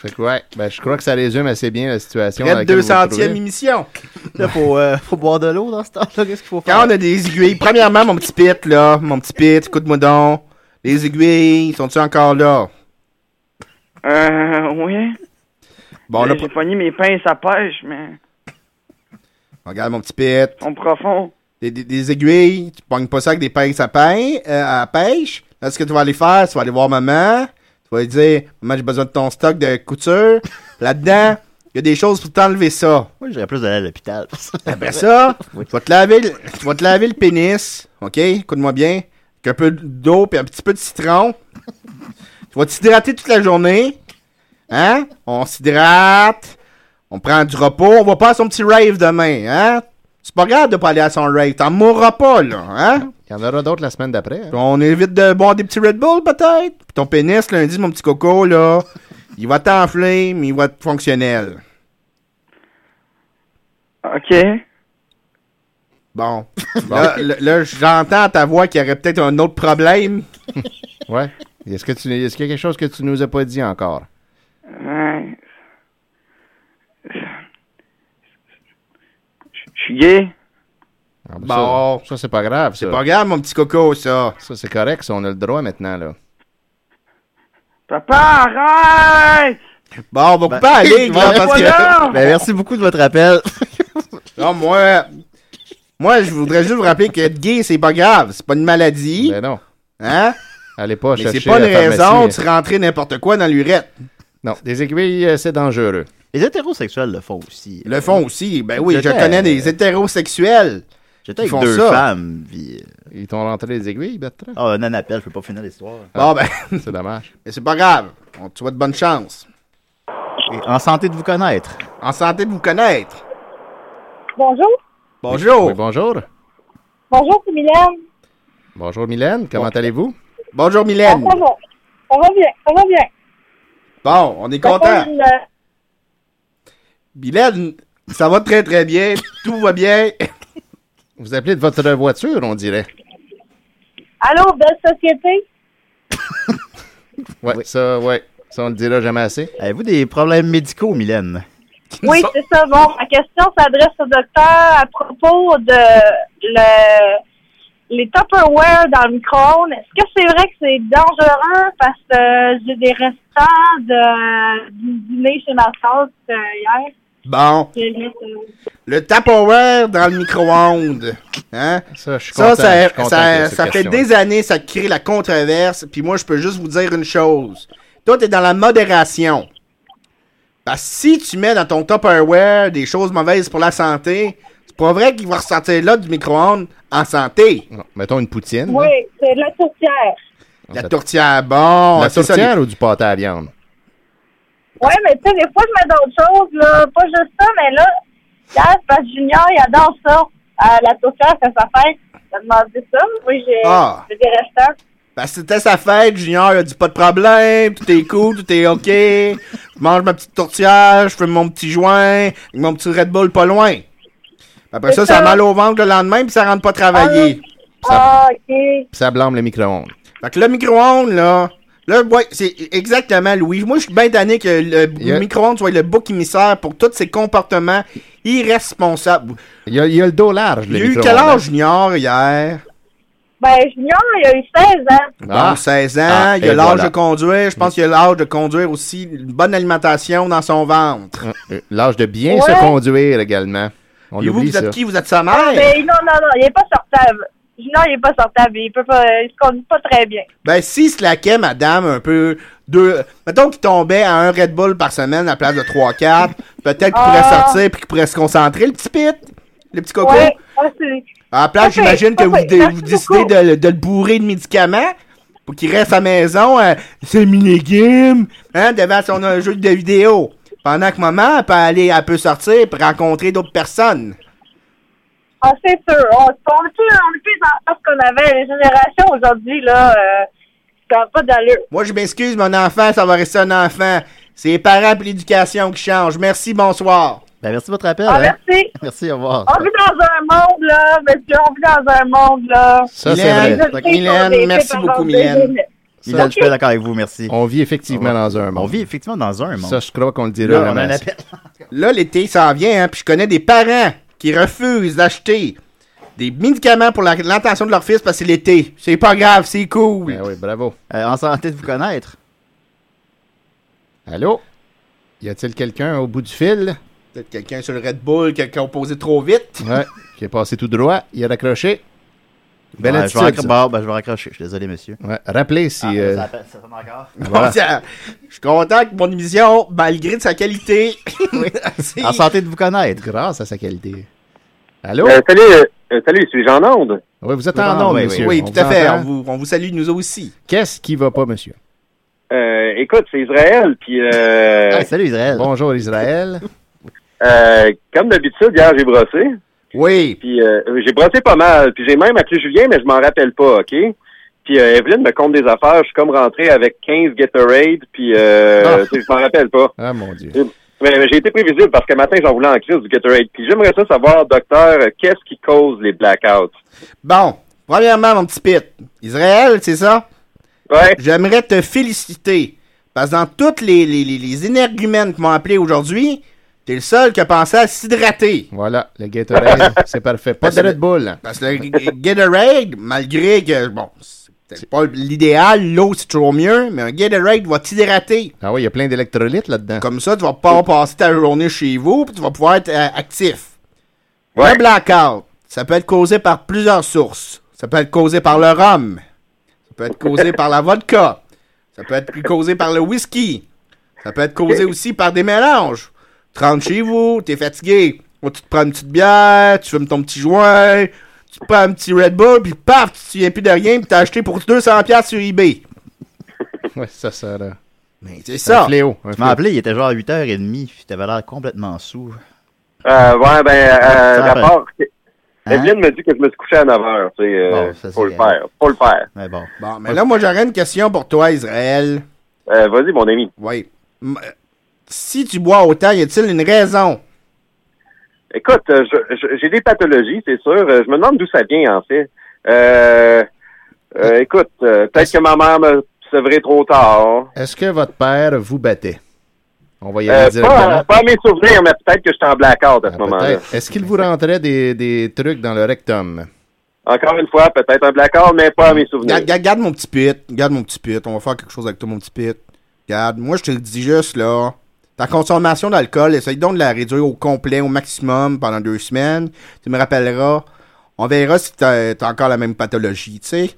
fait que ouais, ben, je crois que ça résume assez bien la situation. Près dans de laquelle vous vous 200e trouvez. émission. Là, faut, euh, faut boire de l'eau dans ce temps-là. Qu'est-ce qu'il faut faire? Quand on a des aiguilles, premièrement, mon petit pit, là, mon petit pit, écoute-moi donc. Les aiguilles, sont-tu encore là? Euh... Oui? Bon, là, j'ai pogné mes pinces à pêche, mais... regarde mon petit pit. Ils sont profonds. Des, des- des aiguilles, tu pognes pas ça avec des pinces à, pain, euh, à pêche. Là, ce que tu vas aller faire, tu vas aller voir maman. Tu vas lui dire, maman, j'ai besoin de ton stock de couture. Là-dedans, il y a des choses pour t'enlever ça. Moi, j'irais plus d'aller à l'hôpital. pour ça. Après ça, tu vas te laver, le- tu vas te laver le pénis, ok? Écoute-moi bien. Avec un peu d'eau puis un petit peu de citron. Tu vas t'hydrater toute la journée. Hein? On s'hydrate. On prend du repos. On va pas à son petit rave demain, hein? C'est pas grave de pas aller à son rave. T'en mourras pas, là, hein? Il y en aura d'autres la semaine d'après. Puis hein. on évite de boire des petits Red Bull, peut-être. Puis ton pénis, lundi, mon petit coco, là, il va t'enfler, mais il va être fonctionnel. OK. Bon. Là, là, là, j'entends ta voix qu'il y aurait peut-être un autre problème. hein. Ouais. Est-ce que tu, est-ce qu'il y a quelque chose que tu nous as pas dit encore? Ouais. Je suis gay. Ah, ben, Bon. Ça, ça, c'est pas grave. C'est ça. pas grave, mon petit coco, ça. Ça, c'est correct. Ça, on a le droit maintenant, là. Papa, arrête! Bon, on va Ben, couper la ligue, là, Bah, parce que... Bah, Voilà! Ben, merci beaucoup de votre appel. Non, moi... Moi, je voudrais juste vous rappeler qu'être gay, c'est pas grave. C'est pas une maladie, Mais Ben non. hein? Allez pas Mais chercher c'est pas une la raison de pharmacie. hein. se rentrer n'importe quoi dans l'urette. Non, des aiguilles, euh, c'est dangereux. Les hétérosexuels le font aussi. Le fond aussi, ben oui, je J'étais- connais des hétérosexuels. ils J'étais avec font deux ça. femmes. Puis... euh, Ils t'ont rentré les aiguilles, Bertrand. Ah, Ah, un appel, je peux pas finir l'histoire. Bon, ben, C'est dommage. mais c'est pas grave. On te souhaite bonne chance. Et En santé de vous connaître. En santé de vous connaître. Bonjour. Bonjour. Oui, bonjour. Bonjour, c'est Mylène. Bonjour, Mylène. Comment allez-vous? Bonjour, Mylène. Ça va. Ça va bien. Ça va bien. Bon, on est Ça content. fait une, euh, Mylène, ça va très très bien. Tout va bien. Vous appelez de votre voiture, on dirait. Allô, belle société? Ouais, ça, ouais. Ça, on le dira jamais assez. Avez-vous des problèmes médicaux, Mylène? Oui, c'est ça. Bon, ma question s'adresse au docteur à propos de le, les Tupperware dans le micro-ondes. Est-ce que c'est vrai que c'est dangereux parce que euh, j'ai des restants de, du dîner chez ma sauce hier? Bon, J'ai mis, euh, le Tupperware dans le micro-ondes. Hein? Ça, je suis Ça, content. je ça, suis content ça, que ces ça fait questions-là. des années, ça crée la controverse. Puis moi, je peux juste vous dire une chose. Toi, t'es dans la modération. Parce que si tu mets dans ton Tupperware des choses mauvaises pour la santé, c'est pas vrai qu'il va ressortir là du micro-ondes en santé. Non, mettons une poutine. hein. Oui, c'est de la tourtière. là. La tourtière, Ah bon. La c'est ça, tourtière ou du pâté à viande? Ouais, mais tu sais, des fois, je mets d'autres choses, là. Pas juste ça, mais là, hier, c'est parce que Junior, il adore ça. À la tourtière, c'est sa fête. Il a demandé ça. Oui, j'ai Ah. j'ai des restants. Parce que Ben, c'était sa fête, Junior il a dit pas de problème, tout est cool, tout est ok. Je mange ma petite tourtière, je fais mon petit joint, avec mon petit Red Bull pas loin. Ben, Après ça, C'est ça a ça. mal au ventre le lendemain, puis ça rentre pas travailler. Ah, ok. Puis ça blâme le micro-ondes. Fait que le micro-ondes, là. Là, ouais, c'est exactement, Louis. Moi, je suis bien tanné que le b- Yeah. micro-ondes soit le bouc émissaire pour tous ses comportements irresponsables. Il y a, il y a le dos large, Il le y a eu micro-ondes. hein? quel âge junior hier? Ben, Junior, il a eu 16 ans. Ah. Bon, 16 ans. Ah, il a et l'âge voilà. de conduire. Je pense qu'il a l'âge de conduire aussi une bonne alimentation dans son ventre. Euh, L'âge de bien Ouais. se conduire également. On Et vous, l'oublie, vous êtes ça. qui? Vous êtes sa Ah, mère? ben, non, non, non, il est pas sortable. Junior, il est pas sortable. Il peut pas, il se conduit pas très bien. Ben, si slaquait, madame, un peu, deux, mettons qu'il tombait à un Red Bull par semaine à la place de 3-4, peut-être qu'il pourrait Ah. sortir puis qu'il pourrait se concentrer, le petit pit, le petit coco. Ouais. Ah, c'est- À la place, Parfait, j'imagine que vous, parfait, dé- merci vous décidez beaucoup. de, le- de le bourrer de médicaments pour qu'il reste à la maison, euh, c'est mini-game, hein, devant son euh, jeu de vidéo. Pendant que maman, elle peut aller, elle peut sortir puis rencontrer d'autres personnes. Ah, c'est sûr. On, on est plus, on est plus dans ce qu'on avait. Les générations aujourd'hui, là, euh, ça n'a pas d'allure. Moi, je m'excuse, mon enfant, ça va rester un enfant. C'est les parents et l'éducation qui changent. Merci, bonsoir. Ben, merci de votre appel. Ah, hein. merci. Ah. Merci, au revoir. On vit dans un monde, là, monsieur. On vit dans un monde, là. Ça, c'est Mylène. vrai. Je sais qu'on Mylène, a été merci par beaucoup, des Mylène. jeunes. Mylène, je suis pas d'accord avec vous, merci. On vit effectivement dans un monde. On vit effectivement dans un monde. Ça, je crois qu'on le dira. Là, on a vraiment un assez. appel. Là, l'été s'en vient, hein, puis je connais des parents qui refusent d'acheter des médicaments pour la- l'attention de leur fils parce que c'est l'été. C'est pas grave, c'est cool. Ben oui, bravo. Euh, en santé de vous connaître. Allô? Y a-t-il quelqu'un au bout du fil? Peut-être quelqu'un sur le Red Bull qui a qui a posé trop vite. Ouais, qui est passé tout droit. Il a raccroché. Belle Ouais, je, vais attitude, raccro- ça. bon, ben, je vais raccrocher. Je suis désolé, monsieur. Ah, Ouais, rappelez si... euh, Ça appelle- ça sonne encore. voilà. Je suis content que mon émission, malgré de sa qualité, c'est- En santé de vous connaître. grâce à sa qualité. Allô? Euh, salut, euh, salut, suis-je en onde? Oui, vous êtes oui, en onde, oui, monsieur. oui, On tout à vous fait. entend. On vous, on vous salue, nous aussi. Qu'est-ce qui va pas, monsieur? Euh, écoute, c'est Israël, puis euh, Ah, salut, Israël. Bonjour, Israël. euh, comme d'habitude, hier, j'ai brossé. Oui. Puis euh, j'ai brossé pas mal. Puis j'ai même appelé Julien, mais je m'en rappelle pas, OK? Puis euh, Evelyne me compte des affaires. Je suis comme rentré avec 15 Gatorade, puis euh, tu sais, je m'en rappelle pas. Ah, mon Dieu. Mais, mais j'ai été prévisible parce que matin, j'en voulais en crise du Gatorade. Puis j'aimerais ça savoir, docteur, euh, qu'est-ce qui cause les blackouts? Bon, premièrement, mon petit pit. Israël, c'est ça? Ouais, J'aimerais te féliciter. Parce que dans toutes les, les, les, les énergumènes qui m'ont appelé aujourd'hui, t'es le seul qui a pensé à s'hydrater. Voilà, le Gatorade, c'est parfait. Pas de Red Bull. Parce que le Gatorade, malgré que, bon, c'est peut-être pas l'idéal, l'eau c'est toujours mieux, mais un Gatorade va t'hydrater. Ah oui, il y a plein d'électrolytes là-dedans. Comme ça, tu vas pas passer ta journée chez vous, puis tu vas pouvoir être euh, actif. Ouais. Le blackout, ça peut être causé par plusieurs sources. Ça peut être causé par le rhum. Ça peut être causé par la vodka. Ça peut être causé par le whisky. Ça peut être causé aussi par des mélanges. Tu rentres chez vous, t'es fatigué. Ou tu te prends une petite bière, tu fumes ton petit joint, tu te prends un petit Red Bull, puis paf, tu te souviens plus de rien, puis t'as acheté pour 200$ sur eBay. Ouais, ça, ça, là. Mais c'est Un ça. fléau. un Tu m'as fléau. appelé, il était genre 8h30, puis t'avais l'air complètement sous. euh, ouais, ben, euh, Ça rappelle. rapport. Hein? Evelyne me dit que je me suis couché à 9 heures, tu sais. euh, Bon, ça, faut le c'est- faire, faut le faire. Mais bon. Bon, mais là, moi, j'aurais une question pour toi, Israël. Euh, Vas-y, mon ami. Oui. M- euh, Si tu bois autant, y a-t-il une raison? Écoute, euh, je- je- j'ai des pathologies, c'est sûr. Euh, Je me demande d'où ça vient, en fait. Euh, euh, écoute, euh, peut-être que ma mère me sevré trop tard. Est-ce que votre père vous battait? On va y aller Euh, directement. pas, pas à mes souvenirs, mais peut-être que j'étais en blackout à ce Ah, moment-là. peut-être. Est-ce qu'il vous rentrait des, des trucs dans le rectum? Encore une fois, peut-être un blackout, mais pas à mes souvenirs. Garde, garde- garde mon petit pit. Garde mon petit pit. On va faire quelque chose avec toi, mon petit pit. Garde, moi, je te le dis juste, là. Ta consommation d'alcool, essaye donc de la réduire au complet, au maximum, pendant deux semaines. Tu me rappelleras. On verra si t'as t'as encore la même pathologie, tu sais.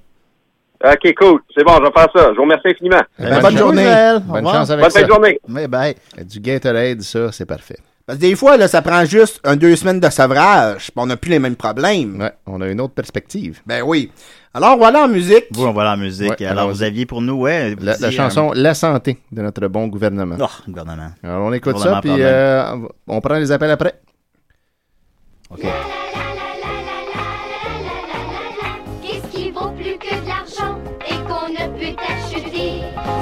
OK, cool. C'est bon, je vais faire ça. Je vous remercie infiniment. Ben, bonne chance. journée. Israël. Au Bonne revoir. chance avec Bonne fin ça. de journée. Mais ben, Du Gatorade, ça, c'est parfait. Parce que des fois, là, ça prend juste un deux semaines de sevrage, pis on n'a plus les mêmes problèmes. Ouais, on a une autre perspective. Ben oui. Alors, voilà en musique. vous, on va aller en musique. Ouais, Alors, allons-y. vous aviez pour nous, ouais. La, vous la disiez, chanson La santé de notre bon gouvernement. euh, Oh, gouvernement. Alors, on écoute Gouvernement ça, puis problème. euh, on prend les appels après. OK. Qu'est-ce qui vaut plus que de l'argent et qu'on ne peut acheter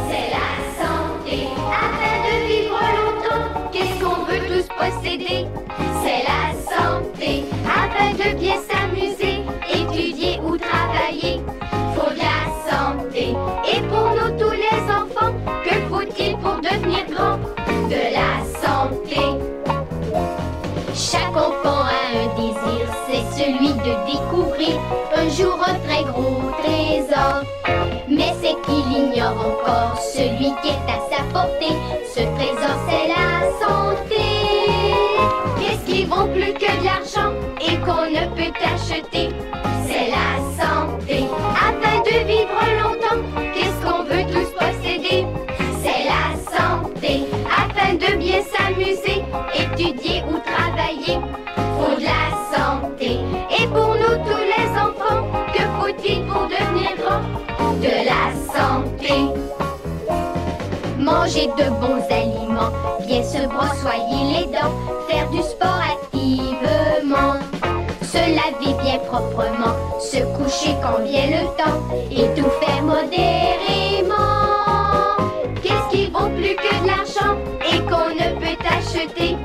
C'est la santé. Afin de vivre longtemps, qu'est-ce qu'on veut tous posséder C'est la santé. Afin de bien s'amuser, étudier ou travailler. Faut de la santé. Et pour nous tous les enfants, que faut-il pour devenir grand De la santé. Chaque enfant a un désir, c'est celui de découvrir un jour un très gros trésor. Mais c'est qu'il ignore encore celui qui est à sa portée. Ce trésor, c'est la santé. Qu'est-ce qui vaut plus que de l'argent et qu'on ne peut acheter C'est la santé. Afin de vivre longtemps, qu'est-ce qu'on veut tous posséder C'est la santé. Afin de bien s'amuser, étudier ou travailler, faut de la santé. Et pour nous tous les enfants, que faut-il pour devenir grand De la santé. Manger de bons aliments, bien se brossoyer les dents, faire du sport activement, se laver bien proprement, se coucher quand vient le temps et tout faire modérément. Qu'est-ce qui vaut plus que de l'argent et qu'on ne peut acheter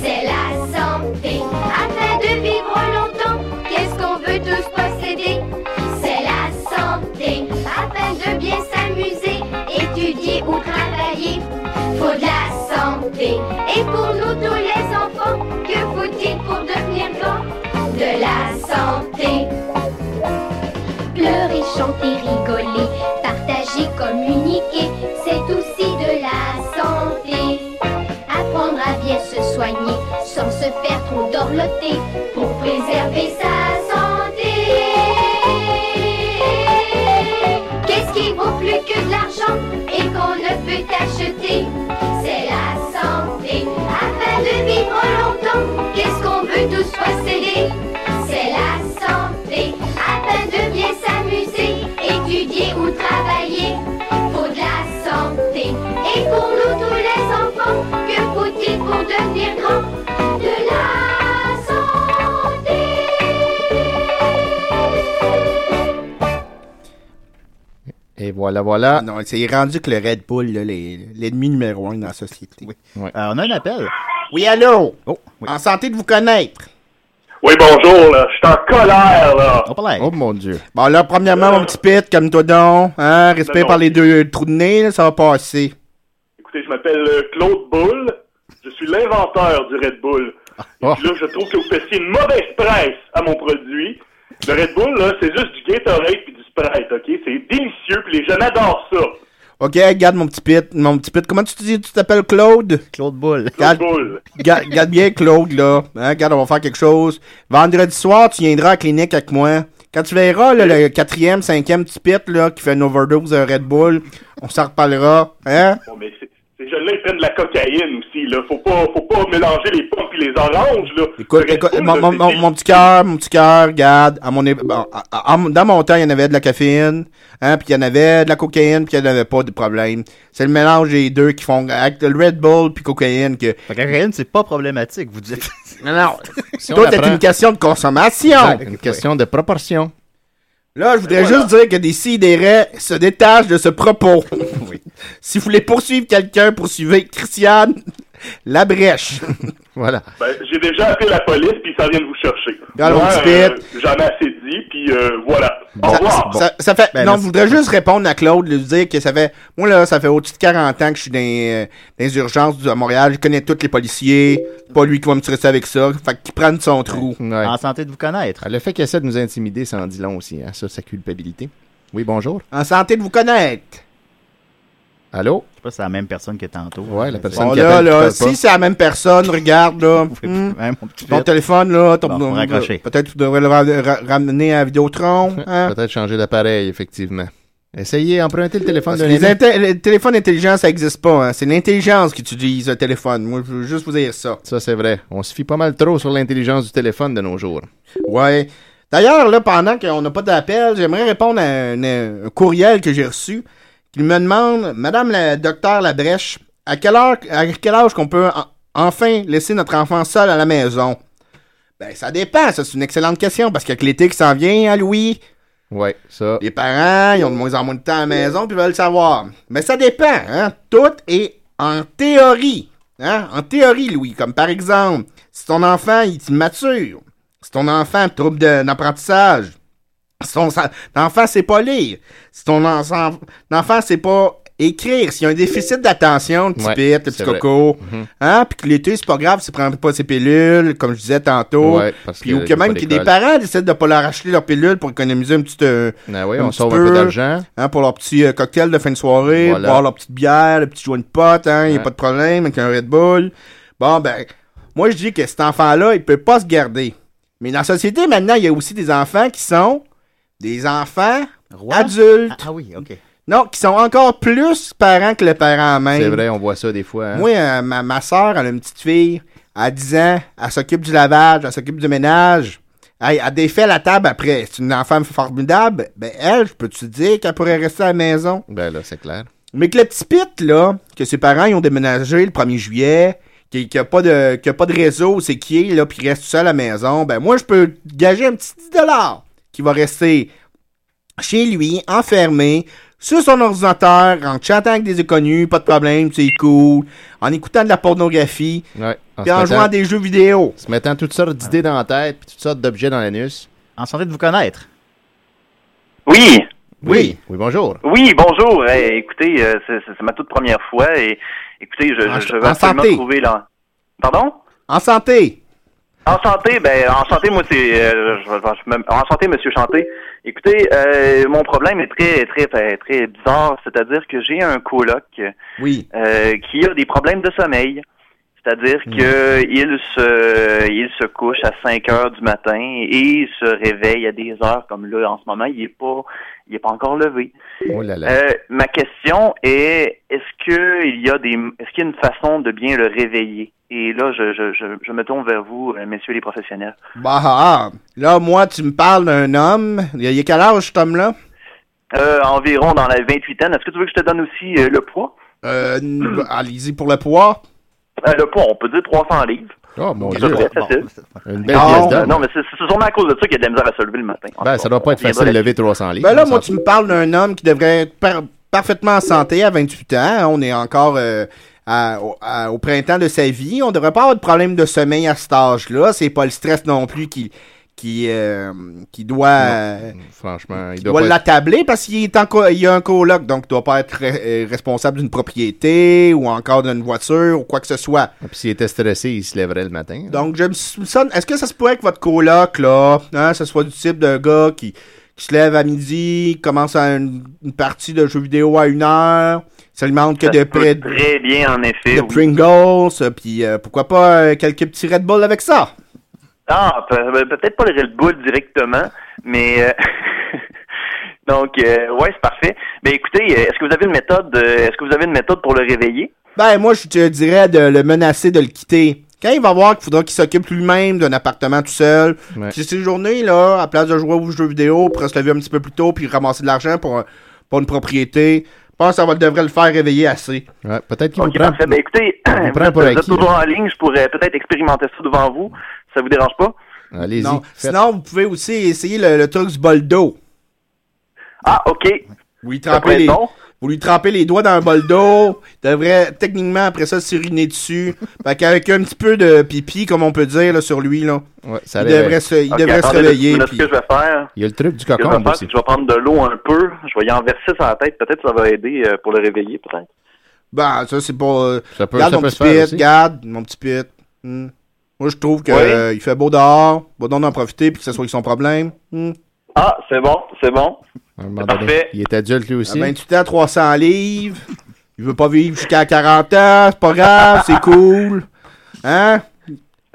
C'est la santé. Afin de vivre longtemps, qu'est-ce qu'on veut tous posséder C'est la santé. Afin de bien s'amuser, étudier ou travailler, faut de la santé. Et pour nous tous les enfants, que faut-il pour devenir grand De la santé. Pleurer, chanter, rigoler, partager, communiquer, c'est aussi de la santé. Apprendre à bien se soigner sans se faire trop dorloter pour préserver sa santé. Qu'est-ce qui vaut plus que de l'argent et qu'on ne peut acheter C'est la santé. Afin de vivre longtemps, qu'est-ce qu'on veut tous posséder C'est la santé. Afin de bien s'amuser, étudier ou travailler, faut de la santé. Et pour nous tous les enfants, que faut-il pour devenir grand De la santé. Et voilà, voilà. Ah Non, c'est rendu que le Red Bull, là, les- l'ennemi numéro un dans la société. Euh, Oui. on a un appel. Oui, allô? Oh, En santé de vous connaître. Oui, bonjour, là. Je suis en colère, là. Oh mon Dieu. Bon, là, premièrement, mon petit pit, comme toi donc. Hein, respect Non, non. par les deux trous de nez, là, ça va passer. Écoutez, je m'appelle euh, Claude Bull. Je suis l'inventeur du Red Bull. Ah. Et puis là, je trouve que vous fessiez une mauvaise presse à mon produit. Le Red Bull, là, c'est juste du Gatorade puis du Sprite, OK? C'est délicieux, puis les jeunes adorent ça. Ok, regarde mon petit pit, mon petit pit. Comment tu te dis, tu t'appelles Claude? Claude Bull. Regarde, Bull. regarde- regarde bien Claude, là. Hein, regarde, on va faire quelque chose. Vendredi soir, tu viendras à la clinique avec moi. Quand tu verras, là, le quatrième, cinquième petit pit, là, qui fait une overdose de Red Bull, on s'en reparlera. Hein? Bon, mais c'est- ces jeunes-là, ils prennent de la cocaïne aussi, là. Faut pas, faut pas mélanger les pommes puis les oranges, là. Écoute, écoute, mon, mon- mon- mon petit cœur, mon petit cœur, regarde, à mon, é- bon, à- à- à- dans mon temps, il y en avait de la caféine, hein, puis il y en avait de la cocaïne, puis il n'y en avait pas de problème. C'est le mélange des deux qui font, avec le Red Bull puis cocaïne que... La cocaïne, c'est pas problématique, vous dites. Non, non. Si on Toi, c'est apprend- une question de consommation. Exact, Une question de proportion. Là, je voudrais juste dire que des sidérés se détachent de ce propos. si vous voulez poursuivre quelqu'un, poursuivez Christiane la brèche. voilà. Ben, j'ai déjà appelé la police, puis ils s'en viennent vous chercher. Regarde, Moi, mon petit euh, pit. J'en ai assez dit, puis euh, voilà. Au Ça- revoir. Ça, ça fait. Ben, non, là, je voudrais juste répondre à Claude, lui dire que ça fait. Moi, là, ça fait au-dessus de 40 ans que je suis dans, euh, dans les urgences du- à Montréal. Je connais tous les policiers. C'est Pas lui qui va me tirer ça avec ça. Fait qu'il prenne son trou. En santé de vous connaître. Le fait qu'il essaie de nous intimider, ça en dit long aussi, hein, sur sa culpabilité. Oui, bonjour. En santé de vous connaître. Allô? Je sais pas si c'est la même personne que tantôt. Euh, Ouais, la personne Bon, qui Oh là, appelle qui là, parle pas. ben, si c'est la même personne, regarde, là. hmm, hein, mon petit ton bête. téléphone, là. ton- Bon, faut raccrocher. Peut-être que tu devrais le ra- ra- ramener à Vidéotron. hein. Peut-être changer d'appareil, effectivement. Essayez, empruntez le téléphone Parce que d'un les ami. inte- les téléphones intelligents, ça n'existe pas. hein. C'est l'intelligence qui utilise le téléphone. Moi, je veux juste vous dire ça. Ça, c'est vrai. On se fie pas mal trop sur l'intelligence du téléphone de nos jours. Ouais. D'ailleurs, là, pendant qu'on n'a pas d'appel, j'aimerais répondre à un, euh, un courriel que j'ai reçu qui me demande Madame la docteur Labrèche, à quelle heure à quel âge qu'on peut en- enfin laisser notre enfant seul à la maison? Ben, ça dépend, ça c'est une excellente question, parce qu'avec l'été qui s'en vient, hein, Louis, Ouais, ça. les parents, ils ont de moins en moins de temps à la maison, puis ils veulent savoir. Mais ça dépend, hein? Tout est en théorie. Hein? En théorie, Louis, comme par exemple, si ton enfant il est immature, Si ton enfant a trouble de- d'apprentissage, si ton sa- ton enfant sait pas lire, si ton en- son- ton enfant sait pas écrire, s'il y a un déficit d'attention, le petit Ouais, pip, le c'est petit vrai. coco, Mhm. hein, puis que l'été, c'est pas grave s'il prend pas ses pilules, comme je disais tantôt, Ouais, parce puis que ou il y que a même pas que des d'école. parents décident de pas leur acheter leurs pilules pour économiser un petit... euh, Ah oui, un on petit sauve un peu d'argent. hein, pour leur petit euh, cocktail de fin de soirée, Voilà. boire leur petite bière, le petit joint de pote, hein, y a Ouais. pas de problème avec un Red Bull. Bon, ben, moi, je dis que cet enfant-là, il peut pas se garder. Mais dans la société, maintenant, il y a aussi des enfants qui sont des enfants adultes. Ah oui, ok. Non, qui sont encore plus parents que le parent même. C'est vrai, on voit ça des fois. hein. Moi, euh, ma, ma soeur, elle a une petite fille, à 10 ans, elle s'occupe du lavage, elle s'occupe du ménage. Elle, elle défait la table après. C'est une enfant formidable. Ben, elle, je peux-tu dire qu'elle pourrait rester à la maison? Ben là, c'est clair. Mais que le petit Pete, là, que ses parents ils ont déménagé le 1er juillet, qu'il n'y a, pas de- qu'il y a pas de réseau, c'est qui est, là, puis il reste tout seul à la maison, ben moi, je peux gager un petit 10$ qui va rester chez lui, enfermé, sur son ordinateur, en chantant avec des inconnus, pas de problème, c'est cool, en écoutant de la pornographie, Ouais. En puis en, se mettant- jouant à des jeux vidéo. se mettant toutes sortes d'idées dans la tête, puis toutes sortes d'objets dans l'anus. Enchanté de vous connaître. Oui. Oui. Oui, bonjour. Oui, bonjour. Eh, écoutez, euh, c'est c'est- c'est ma toute première fois et écoutez, je, je- je vais Ah, en absolument santé. trouver là. Pardon? En santé! En santé, ben en santé, moi c'est euh, je- je- je me- en santé, Monsieur Chanté. Écoutez, euh, mon problème est très très très, très bizarre, c'est-à-dire que j'ai un coloc Oui. euh, qui a des problèmes de sommeil. C'est-à-dire Hmm. que il se il se couche à 5 heures du matin et se réveille à des heures comme là en ce moment, il est pas il est pas encore levé. Oh là là. Euh, ma question est est-ce que il y a des est-ce qu'il y a une façon de bien le réveiller Et là je je, je, je me tourne vers vous euh, messieurs les professionnels. Bah, ah, ah. là, moi, tu me parles d'un homme, il y a- il y a quel âge, cet homme-là? Euh, environ dans la 28 ans. Est-ce que tu veux que je te donne aussi euh, le poids Euh, bah, n- allez-y pour le poids. Euh, Le poids, on peut dire 300 livres. Oh mon À Dieu. peu près, Bon, facile. Une belle Non, pièce d'or. Ah, non, mais c'est c'est sûrement à cause de ça qu'il y a de la misère à se lever le matin. Ben, ça doit pas être On viendra facile de lever 300 livres. Ben là, on moi, s'en tu me parles d'un homme qui devrait être par- parfaitement en santé à 28 ans. On est encore euh, à- au, à- au printemps de sa vie. On devrait pas avoir de problème de sommeil à cet âge-là. C'est pas le stress non plus qui, qui, euh, qui doit, euh, Franchement, il qui doit doit pas être- l'attabler parce qu'il est en co- il y a un coloc, donc il doit pas être euh, responsable d'une propriété ou encore d'une voiture ou quoi que ce soit. Ah, Puis s'il était stressé, il se lèverait le matin. Donc, je me soupçonne- Est-ce que ça se pourrait que votre coloc, là, hein, ce soit du type de gars qui, qui se lève à midi, commence à une, une partie de jeux vidéo à une heure, s'alimente que Ça de se peut près de, Très bien, en effet. de oui. Pringles, euh, puis euh, pourquoi pas euh, quelques petits Red Bull avec ça? Ah, pe- pe- peut-être pas le Red Bull directement, mais euh, donc euh, ouais, c'est parfait. Ben écoutez, euh, est-ce que vous avez une méthode euh, Est-ce que vous avez une méthode pour le réveiller Ben, moi, je te dirais de le menacer de le quitter. Quand il va voir qu'il faudra qu'il s'occupe lui-même d'un appartement tout seul, Ouais. puis ces journées, là, à place de jouer aux jeux vidéo, pour se lever un petit peu plus tôt, puis ramasser de l'argent pour, pour une propriété, je pense que ça va, devrait le faire réveiller assez. Ouais, peut-être qu'il Ok, vous prend. parfait. Ben écoutez, vous, vous êtes- prend pour vous êtes acquis, hein. toujours là. en ligne. Je pourrais peut-être expérimenter ça devant vous. Ça vous dérange pas Allez-y. Non. faites. Sinon, vous pouvez aussi essayer le, le truc du bol d'eau. Ah, ok. Vous lui, Ça pourrait trempez les, être bon. vous lui trempez les doigts dans un bol d'eau. Il devrait techniquement après ça s'uriner dessus. fait qu'avec un petit peu de pipi, comme on peut dire là, sur lui, là, Ouais, ça il réveille. devrait se, il Ok, devrait se attendez, réveiller. là, ce puis- que je vais faire, Il y a le truc du ce que je vais cocon faire, aussi. c'est que je vais prendre de l'eau un peu. Je vais y en verser sur la tête. Peut-être que ça va aider euh, pour le réveiller, peut-être. Ben, ça, c'est pas. euh, Ça peut- regarde ça mon peut petit se faire pit, aussi. regarde mon petit pit. Hmm. Moi, je trouve qu'il Oui. fait beau dehors. Va donc en profiter, puis que ce soit avec son problème. Hmm. Ah, c'est bon, c'est bon. À un moment donné, Parfait. Il est adulte lui À aussi. 28 ans, 300 livres. Il veut pas vivre jusqu'à 40 ans. C'est pas grave, c'est cool. Hein?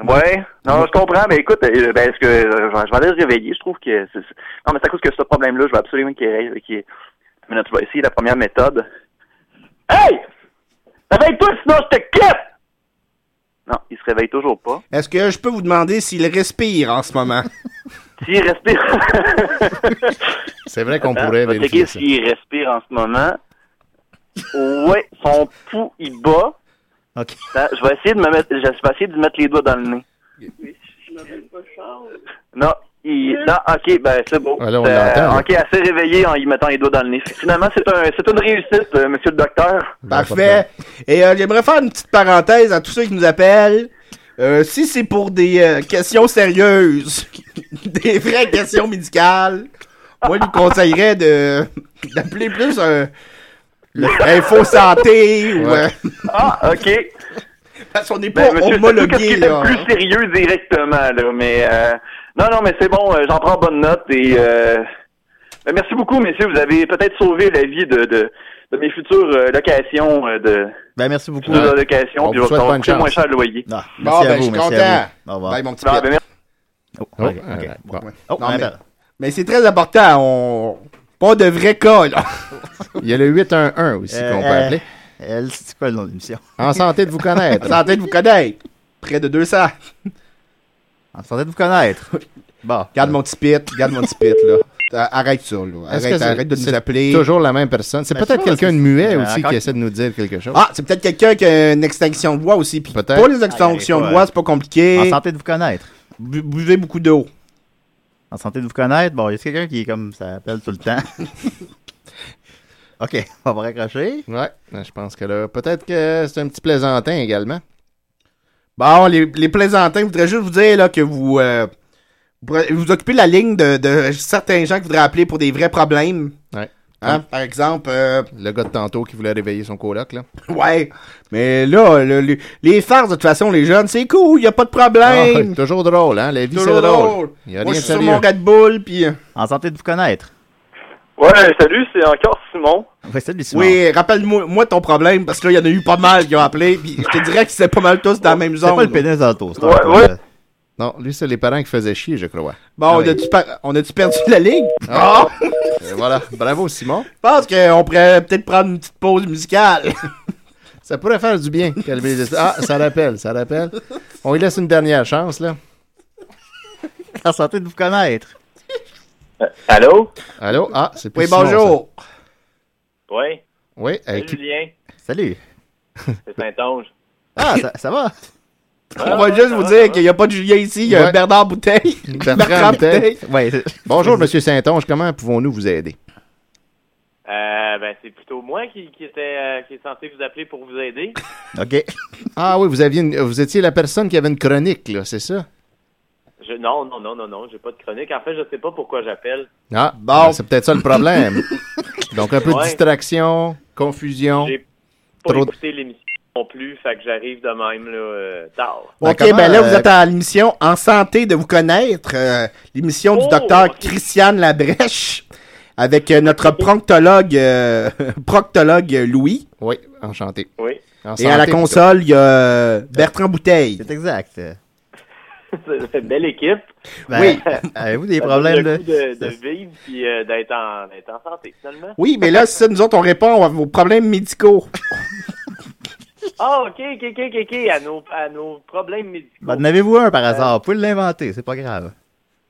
Ouais, non, je comprends, mais écoute, euh, ben, est-ce que euh, je vais aller le réveiller, je trouve que c'est... c'est- Non, mais c'est à cause que ce problème-là, je vais absolument qu'il règle, qu'il... Mais là, tu vas essayer la première méthode. Hey! Réveille-toi, sinon je te quitte! Non, il se réveille toujours pas. Est-ce que je peux vous demander s'il respire en ce moment? S'il respire... C'est vrai qu'on Attends, pourrait je vais checker vérifier ça. s'il respire en ce moment. Ouais, son pouls, il bat. Ok. Attends, je vais essayer de me mettre... Je vais essayer de lui mettre les doigts dans le nez. Non, il... non, ok, ben c'est beau. Ah, là, on Euh, l'entend, là. ok, assez réveillé en y mettant les doigts dans le nez. Finalement, c'est un, c'est une réussite, euh, monsieur le docteur. Parfait. Et euh, j'aimerais faire une petite parenthèse à tous ceux qui nous appellent. Euh, si c'est pour des euh, questions sérieuses, des vraies questions médicales, moi, je lui conseillerais de, d'appeler plus un, le Info Santé ou... Ouais. euh, Ah, OK. Parce qu'on n'est Ben, pas monsieur, c'est tout ce qui homologué, est là. le plus sérieux directement, là, mais... euh, non, non, mais c'est bon, euh, j'en prends bonne note et... euh, ben, merci beaucoup, messieurs. Vous avez peut-être sauvé la vie de, de, de mes futures euh, locations euh, de... Ben, merci beaucoup. futures locations, On puis vous je vais souhaite pouvoir bonne coûter chance. moins cher le loyer. Ah, merci ben, à vous, merci à vous. Au revoir. Ah, ben, merci. Oh, Ouais. ok, bon. Ouais. Oh, Non, un mais appel. mais c'est très important, on... Pas de vrai cas, là. Il y a le 811 aussi Euh, qu'on peut euh, appeler. Elle, c'est quoi le nom de l'émission? En santé de vous connaître. En santé de vous connaître. Près de 200. En santé de vous connaître. Bon. Garde mon petit pit, garde mon petit pit, là. Euh, Arrête ça, là. Est-ce que Arrête, c'est- arrête de c'est nous appeler. Toujours la même personne. C'est Ben, peut-être ça, quelqu'un c'est- de muet Ben, aussi encore- qui essaie de nous dire quelque chose. Ah, c'est peut-être quelqu'un qui a une extinction de voix aussi. Puis pas Ah, les extinctions de voix, c'est pas compliqué. En santé de vous connaître. buvez beaucoup d'eau. En santé de vous connaître. Bon, il y a quelqu'un qui est comme ça appelle tout le temps. OK, on va raccrocher. Ouais, ben, je pense que là, peut-être que c'est un petit plaisantin également. Bon, les, les plaisantins, je voudrais juste vous dire là, que vous, euh, vous pre- vous occupez la ligne de, de certains gens qui voudraient appeler pour des vrais problèmes. Ouais. Hein, Par exemple, euh, Le gars de tantôt qui voulait réveiller son coloc, là. ouais. Mais là, le- le- les farces, de toute façon, les jeunes, c'est cool, y a pas de Ah, problème. toujours drôle, hein? La vie, c'est Toujours drôle. drôle. Il y a Moi, rien de je suis sur sérieux. mon Red Bull, puis... euh, En santé de vous connaître. Ouais, salut, c'est encore Simon. Ouais, salut, Simon. Oui, rappelle-moi moi ton problème, parce que là, il y en a eu pas mal qui ont appelé, puis je te dirais que c'est pas mal tous dans la même zone. Oh, C'est pas le là. pénis dans le toast. hein, Ouais, ouais. Non, lui, c'est les parents qui faisaient chier, je crois. Bon, Ah on, a-tu par- on a-tu perdu la ligne? Ah! Et voilà. Bravo, Simon. Je pense qu'on pourrait peut-être prendre une petite pause musicale. Ça pourrait faire du bien, calmer les Ah, ça rappelle, ça rappelle. On lui laisse une dernière chance, là. En santé de vous connaître. Euh, Allô? Allô? Ah, c'est plus Oui, Simon, Oh. bonjour. Oui. ça. Oui, Salut, avec- Julien. Salut. C'est Saint-Onge. Ah, Ah, ça, ça va? On va juste vous dire qu'il n'y a pas de Julien ici, il y a Ouais. Bernard Bouteille. Bertrand Bouteille. Bonjour, Monsieur Saint-Onge. Comment pouvons-nous vous aider? Euh, ben, c'est plutôt moi qui, qui était euh, qui est censé vous appeler pour vous aider. OK. Ah oui, vous, aviez une- vous étiez la personne qui avait une chronique, là, c'est ça? Je, non, non, non, non, non, j'ai pas de chronique. En fait, je sais pas pourquoi j'appelle. Ah, ben, c'est peut-être ça le problème. Donc, un peu de Ouais. distraction, confusion. J'ai pas Trop de- écouté l'émission non plus, fait que j'arrive de même, là, euh, tard. Ok, ben là, euh, vous êtes à l'émission En santé de vous connaître, euh, l'émission du docteur Christiane Labrèche, avec euh, notre proctologue, euh, proctologue euh, Louis. Oui, enchanté. Oui. En Et à la santé, console, il y a euh, Bertrand Bouteille. C'est exact. c'est une belle équipe. Ben, Oui. avez-vous des Ça problèmes de- donne le goût de, de vivre puis euh, d'être en, d'être en santé, finalement. Oui, mais là, c'est ça, nous autres, on répond à vos problèmes médicaux. Ah, OK, OK, OK, OK, OK, à nos, à nos problèmes médicaux. Ben, en avez-vous un par hasard? Vous pouvez l'inventer, c'est pas grave.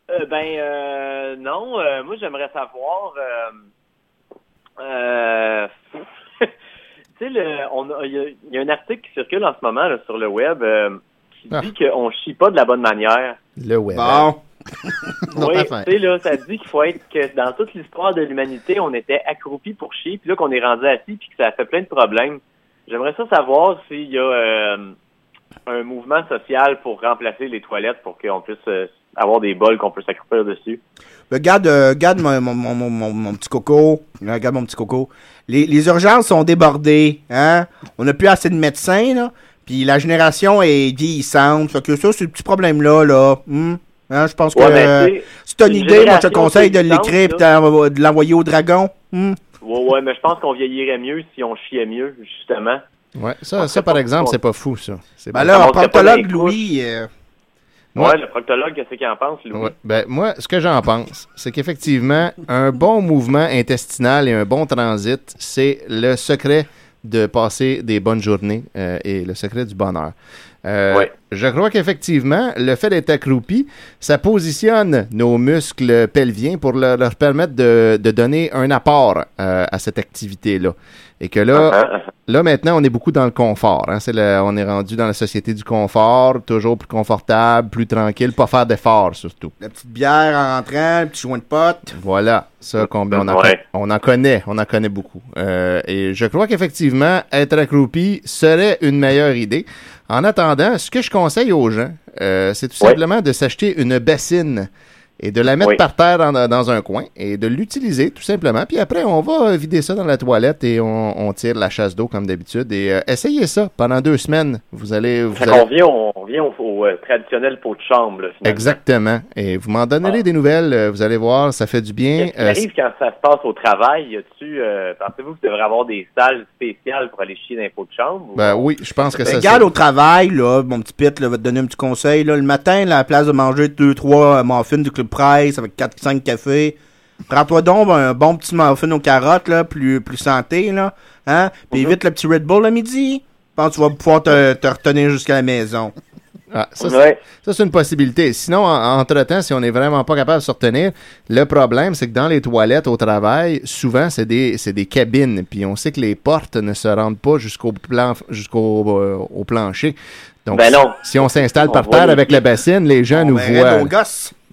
Euh, ben, euh, non, euh, moi, j'aimerais savoir... euh, euh, tu sais, le- on a- il y, a- il y a un article qui circule en ce moment là, sur le web euh, qui Ah. dit qu'on chie pas de la bonne manière. Le web. Bon. Non, oui, pas tu fin. sais, là, ça dit qu'il faut être que dans toute l'histoire de l'humanité, on était accroupi pour chier, puis là qu'on est rendu assis, puis que ça a fait plein de problèmes. J'aimerais ça savoir s'il y a euh, un mouvement social pour remplacer les toilettes pour qu'on puisse euh, avoir des bols qu'on peut s'accroupir dessus. Ben, Regarde, euh, regarde mon, mon- mon- mon- mon- mon petit coco. Là, Regarde mon petit coco. Les, les urgences sont débordées. Hein? On n'a plus assez de médecins. Là. Puis la génération est vieillissante. Fait que ça, c'est le petit problème-là. Là. Hum? Hein, je pense que Ouais, mais euh, tu sais, si t'as une une idée, moi, je te génération conseille de vieillissante, l'écrire et là. de l'envoyer au dragon. Hum? Ouais, ouais, mais je pense qu'on vieillirait mieux si on chiait mieux, justement. Ouais, ça, ça, par exemple, c'est pas fou, ça. C'est Ben pas- là, on porte pas la- Louis. euh, Ouais, Ouais. le proctologue, qu'est-ce qu'il en pense, Louis? Ouais. Ben, moi, ce que j'en pense, c'est qu'effectivement, un bon mouvement intestinal et un bon transit, c'est le secret de passer des bonnes journées euh, et le secret du bonheur. Euh, Ouais. Je crois qu'effectivement, le fait d'être accroupi, ça positionne nos muscles pelviens pour leur, leur permettre de, de donner un apport euh, à cette activité-là. Et que là, là maintenant, on est beaucoup dans le confort. hein. C'est le- on est rendu dans la société du confort, toujours plus confortable, plus tranquille, pas faire d'efforts surtout. La petite bière en rentrant, le petit joint de pote. Voilà, ça, combien on en, Ouais. on en connaît, on en connaît beaucoup. Euh, et je crois qu'effectivement, être accroupi serait une meilleure idée. En attendant, ce que je conseille aux gens, euh, c'est tout simplement de s'acheter une bassine et de la mettre Oui. par terre dans, dans un coin et de l'utiliser tout simplement. Puis après, on va euh, vider ça dans la toilette et on, on tire la chasse d'eau comme d'habitude. Et euh, essayez ça pendant deux semaines. Vous allez... Vous Fait allez- qu'on revient, on revient au, au, euh, traditionnel pot de chambre, là, finalement. Exactement. Et vous m'en donnerez des nouvelles. euh, Vous allez voir, ça fait du bien. Ça Euh, arrive quand ça se passe au travail, y a-tu, euh, pensez-vous que vous devrez avoir des salles spéciales pour aller chier dans les pots de chambre? ou- Ben oui, je pense que Ben, ça. regarde au travail, là, mon petit pit, là, va te donner un petit conseil. Là, le matin, là, à la place de manger 2-3 muffins du Club Price avec 4-5 cafés, prends-toi donc un bon petit muffin aux carottes, là, plus, plus santé, là, hein, puis Mhm. évite le petit Red Bull à midi. Je pense que tu vas pouvoir te, te retenir jusqu'à la maison. Ah, ça, c'est- ça, c'est une possibilité. Sinon, en- entre-temps, si on n'est vraiment pas capable de se retenir, le problème, c'est que dans les toilettes au travail, souvent, c'est des, c'est des cabines. Puis on sait que les portes ne se rendent pas jusqu'au plan, jusqu'au euh, au plancher. Donc, Ben non. si on s'installe On par voit terre les avec pieds. la bassine, les gens nous voient.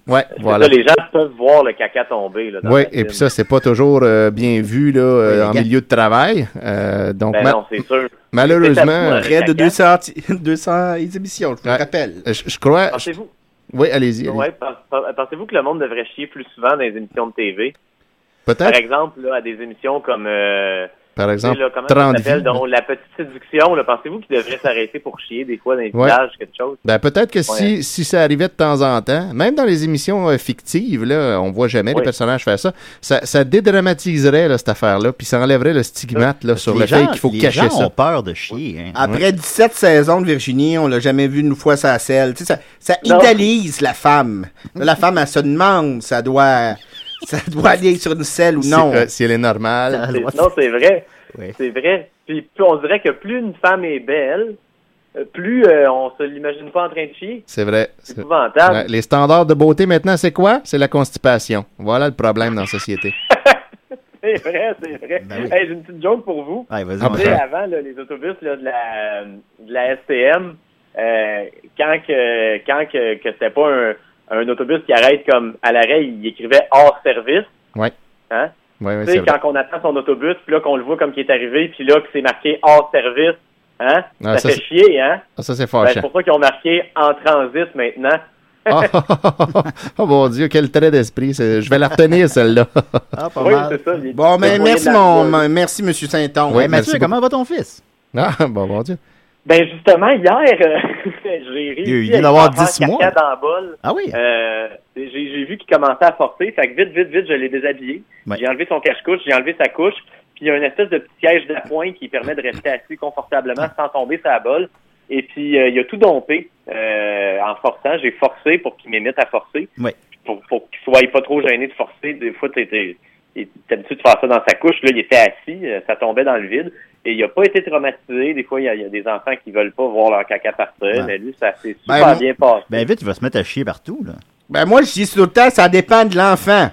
Ouais, C'est voilà. ça, les gens peuvent voir le caca tomber. Là, dans Oui, la et piscine. puis ça, c'est pas toujours euh, bien vu là, euh, en milieu de travail. Euh, donc, Ben ma- non, c'est sûr. malheureusement, Près de 200, ti- 200 émissions, je vous le rappelle. je, je crois. je- Pensez-vous Oui, allez-y. allez-y. ouais, par- par- pensez-vous que le monde devrait chier plus souvent dans les émissions de TV? Peut-être. Par exemple, là, à des émissions comme... euh, Par exemple, tu sais, là, comment 30 ça s'appelle, vies. donc, La Petite Séduction, là, pensez-vous qu'ils devraient s'arrêter pour chier des fois dans les Ouais. villages, quelque chose? Ben, peut-être que Ouais. si, si ça arrivait de temps en temps, même dans les émissions euh, fictives, là, on voit jamais les Oui. personnages faire ça, ça, ça dédramatiserait là, cette affaire-là, puis ça enlèverait le stigmate là, sur les le fait gens- qu'il faut les cacher gens ça. ont peur de chier. Hein? Après 17 saisons de Virginie, on l'a jamais vu une fois sa selle. Tu sais, ça, ça Non. idéalise la femme. Là, la femme, elle se demande, ça doit, ça doit aller sur une selle ou Si- non. euh, si elle est normale. C'est- Non, c'est vrai. C'est vrai. Puis plus- on dirait que plus une femme est belle, euh, plus euh, on se l'imagine pas en train de chier. C'est vrai. c'est- épouvantable. Ouais, les standards de beauté maintenant, c'est quoi? C'est la constipation. Voilà le problème dans la société. C'est vrai, c'est vrai. Ben Hey, J'ai une petite joke pour vous. Ouais, vas-y, Vous mon savez, cher. avant, là, les autobus là, de, la, de la STM, euh, quand que, quand que, que c'était pas un, un autobus qui arrête comme à l'arrêt, il écrivait hors service. Oui, Hein? oui, Tu c'est sais, vrai. quand on attend son autobus, puis là qu'on le voit comme qui est arrivé, puis là que c'est marqué hors service, hein? Ah, ça, ça, fait c'est- chier, hein? Ah, ça, c'est Ben, fâchant. c'est pour ça qu'ils ont marqué en transit maintenant. oh, oh, mon Dieu, quel trait d'esprit. c'est- Je vais la retenir, celle-là. Ah, oui, c'est ça. les- Bon, mais les merci, moyens de la- mon, mon- merci, monsieur Saint-Onge. Oui, Hey, Mathieu, merci comment va ton fils? Ah, bon, mon Dieu. Ben justement, hier, euh, j'ai réussi Il- il à doit avoir lui faire 10 caca mois. dans la bolle. Ah oui? Euh, j'ai, j'ai vu qu'il commençait à forcer, fait que vite, vite, vite, je l'ai déshabillé. Ouais. J'ai enlevé son cache-couche, j'ai enlevé sa couche, puis il y a une espèce de petit siège d'appoint qui permet de rester assis confortablement sans tomber sur la bolle. Et puis, euh, il a tout dompé euh, en forçant. J'ai forcé pour qu'il m'émette à forcer, Ouais. pour, pour qu'il soit pas trop gêné de forcer. Des fois, t'es, t'es, il était habitué de faire ça dans sa couche. Là, il était assis, euh, ça tombait dans le vide. Et il n'a pas été traumatisé. Des fois, il y, a, il y a des enfants qui veulent pas voir leur caca par terre. Ouais. Mais lui, ça s'est Ben, super moi- bien passé. Ben vite, il va se mettre à chier partout. Là. Ben, moi, je dis tout le temps, ça dépend de l'enfant.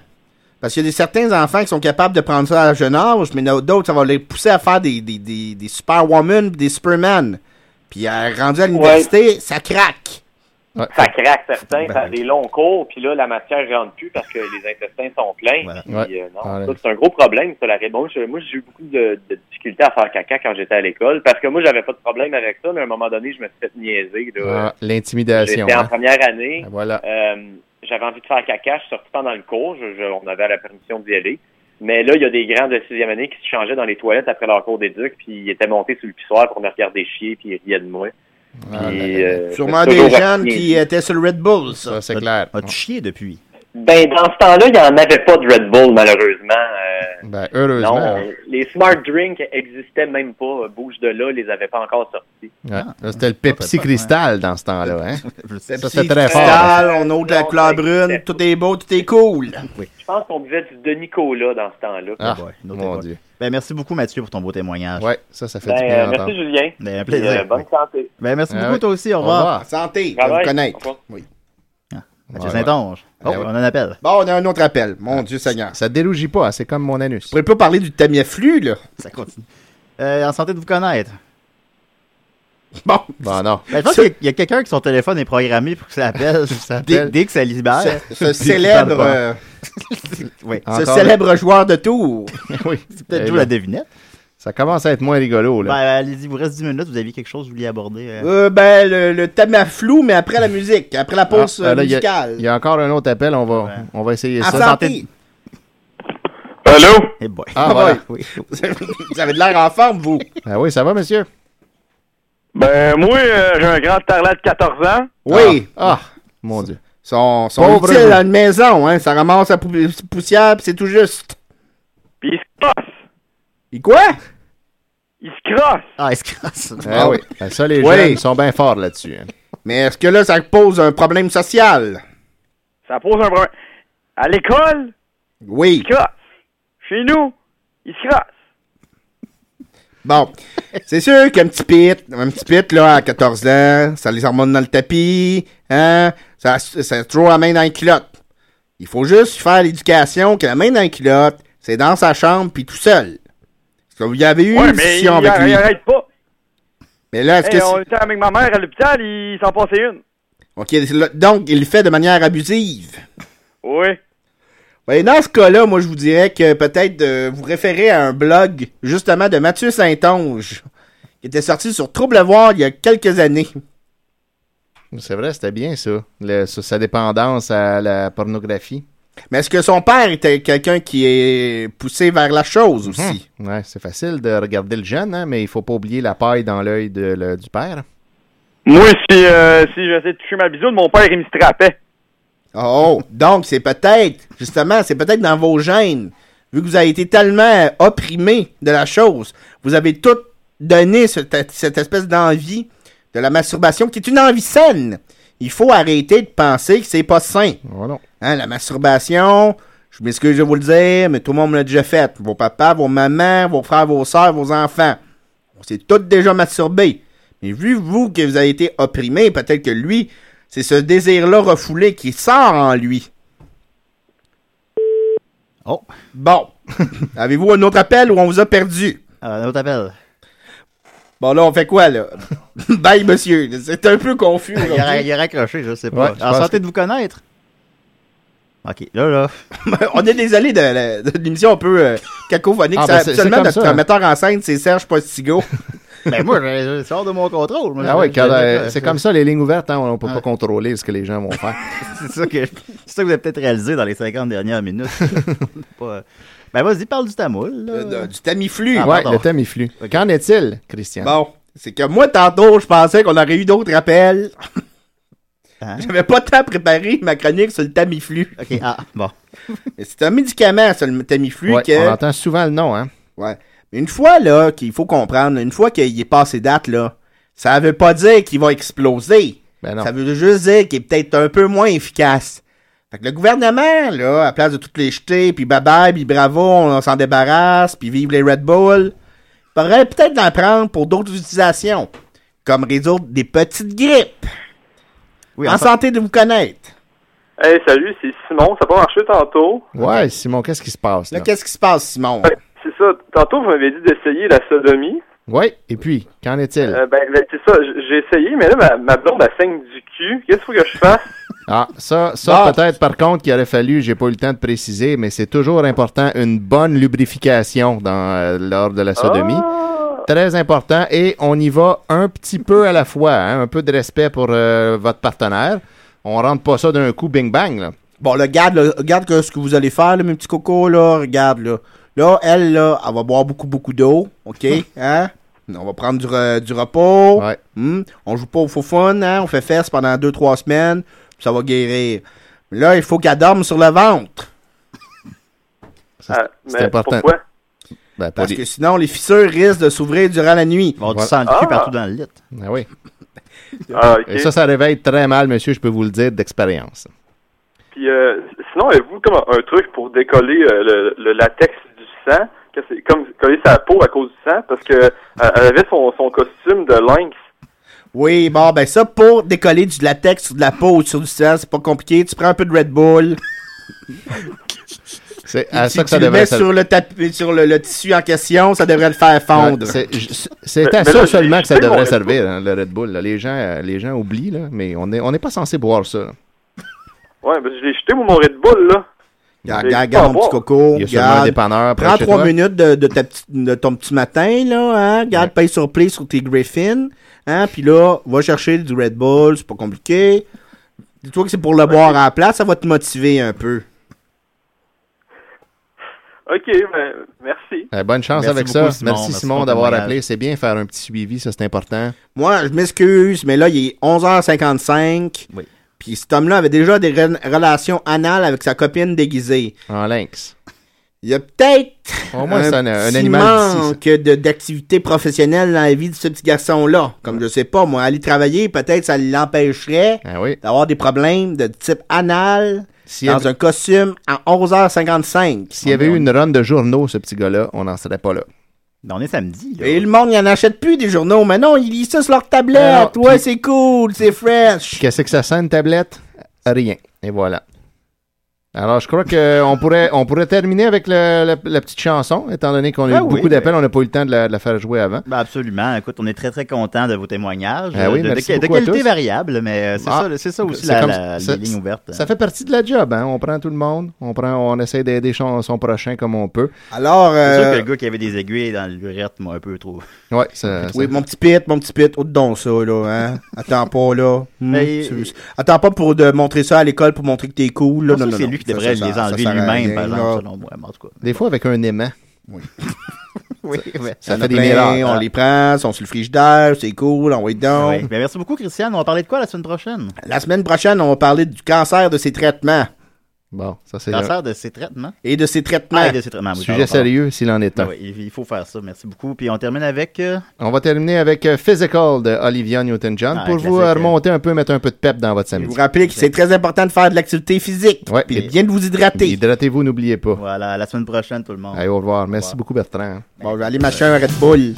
Parce qu'il y a des, certains enfants qui sont capables de prendre ça à jeune âge, mais no- d'autres, ça va les pousser à faire des, des, des, des Superwoman pis des Superman. Puis, euh, rendu à l'université, ça craque. Ça craque certains, Ben, ça a des longs cours, puis là, la matière ne rentre plus parce que les intestins sont pleins. Puis, euh, non, Ouais. ça, c'est un gros problème, ça, la réponse. Moi, j'ai eu beaucoup de, de difficultés à faire caca quand j'étais à l'école parce que moi, j'avais pas de problème avec ça, mais à un moment donné, je me suis fait niaiser. là. Ah, L'intimidation. J'étais en hein. première année. Voilà. Euh, j'avais envie de faire caca, je suis sorti pendant le cours, je- je- on avait la permission d'y aller. Mais là, il y a des grands de sixième année qui se changeaient dans les toilettes après leur cours d'éduc, puis ils étaient montés sur le pissoir pour me regarder chier, puis ils riaient de moi. Ah, Puis, euh, Sûrement je me suis des toujours jeunes retenu. qui étaient sur le Red Bull, ça. c'est clair. As-tu chié depuis? Ben, dans ce temps-là, il n'y en avait pas de Red Bull, malheureusement. Euh, Ben, heureusement. non, euh, les smart drinks existaient même pas. euh, Bouge de là, les avait pas encore sortis. Ouais. Là, Ah. C'était le Pepsi Cristal dans ce temps-là. Hein? ça, c'est très fort. Cristal, on a de la couleur brune, tout est beau, tout est cool. Je pense qu'on buvait du Denis Cola dans ce temps-là. Ah, Oh mon Dieu. Ben, merci beaucoup, Mathieu, pour ton beau témoignage. Oui, ça, ça Ben, euh, merci, Julien. hein, Ben, un Puis, plaisir. euh, bonne santé. Ben, merci Ah beaucoup, oui. toi aussi. Au Au revoir. revoir. Santé, Bye on va bye. vous connaître. Au revoir. Oui. Mathieu Saint-Onge. Oh, on a un appel. Bon, on a un autre appel. Mon Dieu Seigneur. Ça dérougit pas, c'est comme mon anus. Je pourrais pas parler du Tamiflu, là. Ça continue. Euh, en santé de vous connaître. Bon. Bon, Bah, non. Ben, je pense qu'il y a- il y a, quelqu'un qui son téléphone est programmé pour que ça appelle, ça Dès- appelle. Dès, que ça libère. Ce- ce Puis qu'il célèbre, parle pas. euh, oui. Ce célèbre joueur de tour. oui. C'est peut-être Eh joue ben. la devinette. Ça commence à être moins rigolo, Ben, là. allez-y, vous reste 10 minutes, vous aviez quelque chose que vous vouliez aborder. euh? Euh, ben, le, le thème est flou, mais après la musique, après la pause Ah, euh, là, il y a- musicale. Il y, a encore un autre appel, on va, on va essayer À ça. santé. Allô? Eh boy. Ah, voilà. Oui. vous avez de l'air en forme, vous. Ah oui, ça va, monsieur? Ben, moi, euh, j'ai un grand tarlat de 14 ans. Oui. Ah, mon Dieu. Son, son Pauvre utile vous. dans une maison, hein. Ça ramasse la pou- poussière, pis c'est tout juste. Puis il se crosse. Et quoi? Il se crosse. Ah, il se crosse. Ah oui. Ben, ça, les Oui. jeunes, ils sont bien forts là-dessus. hein. Mais est-ce que là, ça pose un problème social? Ça pose un problème. À l'école, Oui. il se crosse. Chez nous, il se crosse. Bon. C'est sûr qu'un petit pit, un petit pit, là, à 14 ans, ça les hormones dans le tapis, hein. Ça, ça trop la main dans les culottes. Il faut juste faire l'éducation que la main dans les culottes, c'est dans sa chambre, puis tout seul. Est-ce que vous avez eu Ouais, une mais il, discussion avec il lui? arrête pas. Mais là, est-ce Hey, que c'est- Eh, on était avec ma mère à l'hôpital, il s'en passait une. OK, là, donc il le fait de manière abusive. Oui. Ben, dans ce cas-là, moi je vous dirais que peut-être euh, vous référez à un blog justement de Mathieu Saint-Onge qui était sorti sur Troublevoir il y a quelques années. C'est vrai, c'était bien, ça. Le- ça- sa dépendance à la pornographie. Mais est-ce que son père était quelqu'un qui est poussé vers la chose aussi? Mhm. Ouais, c'est facile de regarder le jeune, hein, mais il faut pas oublier la paille dans l'œil de le- du père. Moi, si, euh, si j'essayais de toucher ma bisoune, mon père, il me strapait. Oh, donc c'est peut-être, justement, c'est peut-être dans vos gènes. Vu que vous avez été tellement opprimé de la chose, vous avez tout donné cette, cette espèce d'envie de la masturbation qui est une envie saine. Il faut arrêter de penser que c'est pas sain. Hein, la masturbation, je m'excuse de vous le dire, mais tout le monde me l'a déjà fait. Vos papas, vos mamans, vos frères, vos sœurs, vos enfants. On s'est tous déjà masturbés. Mais vu vous que vous avez été opprimé, peut-être que lui, c'est ce désir-là refoulé qui sort en lui. Oh. Bon. Avez-vous un autre appel ou on vous a perdu? Euh, un autre appel. Bon, là, on fait quoi, là? Bye, monsieur. C'est un peu confus. Il aujourd'hui. a, il a raccroché, je sais Ouais, pas. je en pense santé que- de vous connaître. Ok, là, là. on est désolé de, la- de l'émission un peu euh, cacophonique. Ah, Ça- ben, c'est- c'est seulement comme notre ça. metteur en scène, c'est Serge Postigo. Ben, moi, je- je- c'est hors de mon contrôle. moi, Ah je- oui, je- quand, je- euh, je- c'est comme ça, les lignes ouvertes, hein, on peut Ouais. pas contrôler ce que les gens vont faire. c'est ça que c'est ça que vous avez peut-être réalisé dans les 50 dernières minutes. Pas, euh, ben vas-y, parle du tamoul. là. du tamiflu. Ah, ouais, pardon. le thème est flux. Qu'en est-il, Christian? Bon, c'est que moi, tantôt, je pensais qu'on aurait eu d'autres appels. J'avais pas tant préparé ma chronique sur le Tamiflu. Hein? OK, ah, bon. C'est un médicament, ça, le Tamiflu, Ouais, que... On entend souvent le nom, hein? Ouais. Mais une fois, là, qu'il faut comprendre, une fois qu'il est passé date, là, ça veut pas dire qu'il va exploser. Ben Ça veut juste dire qu'il est peut-être un peu moins efficace. Fait que le gouvernement, là, à place de toutes les jeter, puis bye bye, puis bravo, on s'en débarrasse, puis vive les Red Bull, faudrait peut-être en prendre pour d'autres utilisations, comme résoudre des petites grippes. en enfin- santé de vous connaître. Hey, salut, c'est Simon. Ça n'a pas marché tantôt. Ouais, Simon, qu'est-ce qui se passe? Là, Là, qu'est-ce qui se passe, Simon? C'est ça. Tantôt, vous m'avez dit d'essayer la sodomie. Ouais, et puis, qu'en est-il? Euh, ben, ben, c'est ça. j- J'ai essayé, mais là, ma, ma blonde, elle saigne du cul. Qu'est-ce qu'il faut que je fasse? Ah, ça, ça peut-être, par contre, qu'il aurait fallu, j'ai pas eu le temps de préciser, mais c'est toujours important, une bonne lubrification dans, euh, lors de la sodomie. Ah! Très important, et on y va un petit peu à la fois, hein, un peu de respect pour euh, votre partenaire. On rentre pas ça d'un coup, bing-bang, là. Bon, là, regarde, là, regarde que ce que vous allez faire, là, mes petits cocos, là, regarde, là. Là, elle, là, elle va boire beaucoup, beaucoup d'eau, OK? hein? On va prendre du, re- du repos. Hmm? On joue pas au faux fun, hein? On fait fesse pendant 2-3 semaines, puis ça va guérir. Mais Là, il faut qu'elle dorme sur le ventre. Ah, c'est mais important. Pourquoi? Ben, Parce que sinon, les fissures risquent de s'ouvrir durant la nuit. On du sang de Ah! cul partout dans le lit. Ah oui. Ah, ok. Et ça, ça réveille très mal, monsieur, je peux vous le dire d'expérience. Puis, euh, sinon, avez-vous comme un truc pour décoller euh, le, le latex du sang? Que c'est comme coller sa peau à cause du sang? Parce que euh, elle avait son, son costume de lynx. Oui, bon, ben ça, pour décoller du latex sur de la peau ou sur du sang, c'est pas compliqué. Tu prends un peu de Red Bull. C'est à tu, ça que ça tu le devrait mets servir. sur, le, tapis- sur le, le tissu en question, ça devrait le faire fondre. Ouais, c'est- je- C'est à ça seulement que ça devrait servir, hein, le Red Bull. là. Les, gens, euh, les gens oublient, là, mais on n'est on n'est pas censé boire ça. Ouais, ben, je l'ai jeté, moi, mon Red Bull, là. Garde, garde, garde, mon petit coco. Il y a sûrement garde. un dépanneur près Prends de chez trois toi. minutes de, de, ta petite- de ton petit matin, là, hein. Garde, paye sur play sur tes Griffins, hein. Puis là, va chercher du Red Bull, c'est pas compliqué. Dis-toi que c'est pour le boire à la place, ça va te motiver un peu. OK, ben, merci. Eh, bonne chance Merci avec beaucoup, ça. Simon. Merci Merci Simon pour ton d'avoir voyage. appelé. C'est bien faire un petit suivi, ça c'est important. Moi, je m'excuse, mais là, il est 11h55. Oui. Puis cet homme-là avait déjà des re- relations anales avec sa copine déguisée. En lynx. Il y a peut-être Au moins, c'est un- un petit animal d'ici, ça. manque de- d'activité professionnelle dans la vie de ce petit garçon-là. Comme je sais pas, moi, aller travailler, peut-être ça l'empêcherait Ben d'avoir des problèmes de type anal y dans avait- un costume à 11h55. S'il y avait eu une run de journaux, ce petit gars-là, on n'en serait pas là. Ben, On est samedi. Et le monde, il en achète plus des journaux. Mais non, ils lisent ça sur leur tablette. ouais, c'est cool, c'est fresh. Qu'est-ce que ça sent une tablette? Rien. Et voilà. Alors, je crois qu'on pourrait, on pourrait terminer avec le- la, la petite chanson, étant donné qu'on a eu Ah oui, beaucoup d'appels, on n'a pas eu le temps de la, de la faire jouer avant. Ben absolument. Écoute, on est très, très content de vos témoignages. Ah oui, de, de- merci de beaucoup à qualité tous. variable, mais euh, c'est Ah, ça, c'est ça aussi c'est la, comme- la- ça- les lignes ouvertes. Ça fait partie de la job, hein? On prend tout le monde, on prend, on essaie d'aider son, son prochain comme on peut. Alors, C'est sûr que euh, le gars qui avait des aiguilles dans l'urette m'a un peu trop. Ouais, ça- oui, Euh, ça- mon petit pit, mon petit pit, autre don ça, là, hein. Attends pas, là. Hmm, Mais- tu- Attends pas pour de montrer ça à l'école pour montrer que t'es cool, là. Je pense Non, que non, c'est non. lui qui Ça, devrait ça, les ça, ça enlever sert à lui-même, rien, par là. exemple, selon moi, mais en tout cas. Des fois avec un aimant. Oui. Oui, Ça Ça fait fait des plein, miracles, on hein. les prend, sont sur le frigidaire, c'est cool, on va donc. Oui. Ben, merci beaucoup, Christiane. On va parler de quoi la semaine prochaine? La semaine prochaine, on va parler du cancer de ses traitements. Bon, ça c'est Cancer de ses traitements. Et de ses traitements. Ah, et de ses traitements, oui, Sujet pardon, pardon. sérieux, s'il en est Ah un. oui, il il faut faire ça. Merci beaucoup. Puis on termine avec. euh, On va terminer avec euh, Physical de Olivia Newton-John Ah, pour vous classique, euh, remonter un peu, mettre un peu de pep dans votre Vous samedi. vous rappelez que c'est très important de faire de l'activité physique. Ouais. Puis bien de vous hydrater. Hydratez-vous, n'oubliez pas. Voilà, à la semaine prochaine, tout le monde. Allez, au revoir. Merci beaucoup, Bertrand. Bon, je vais aller m'acheter un Red Bull.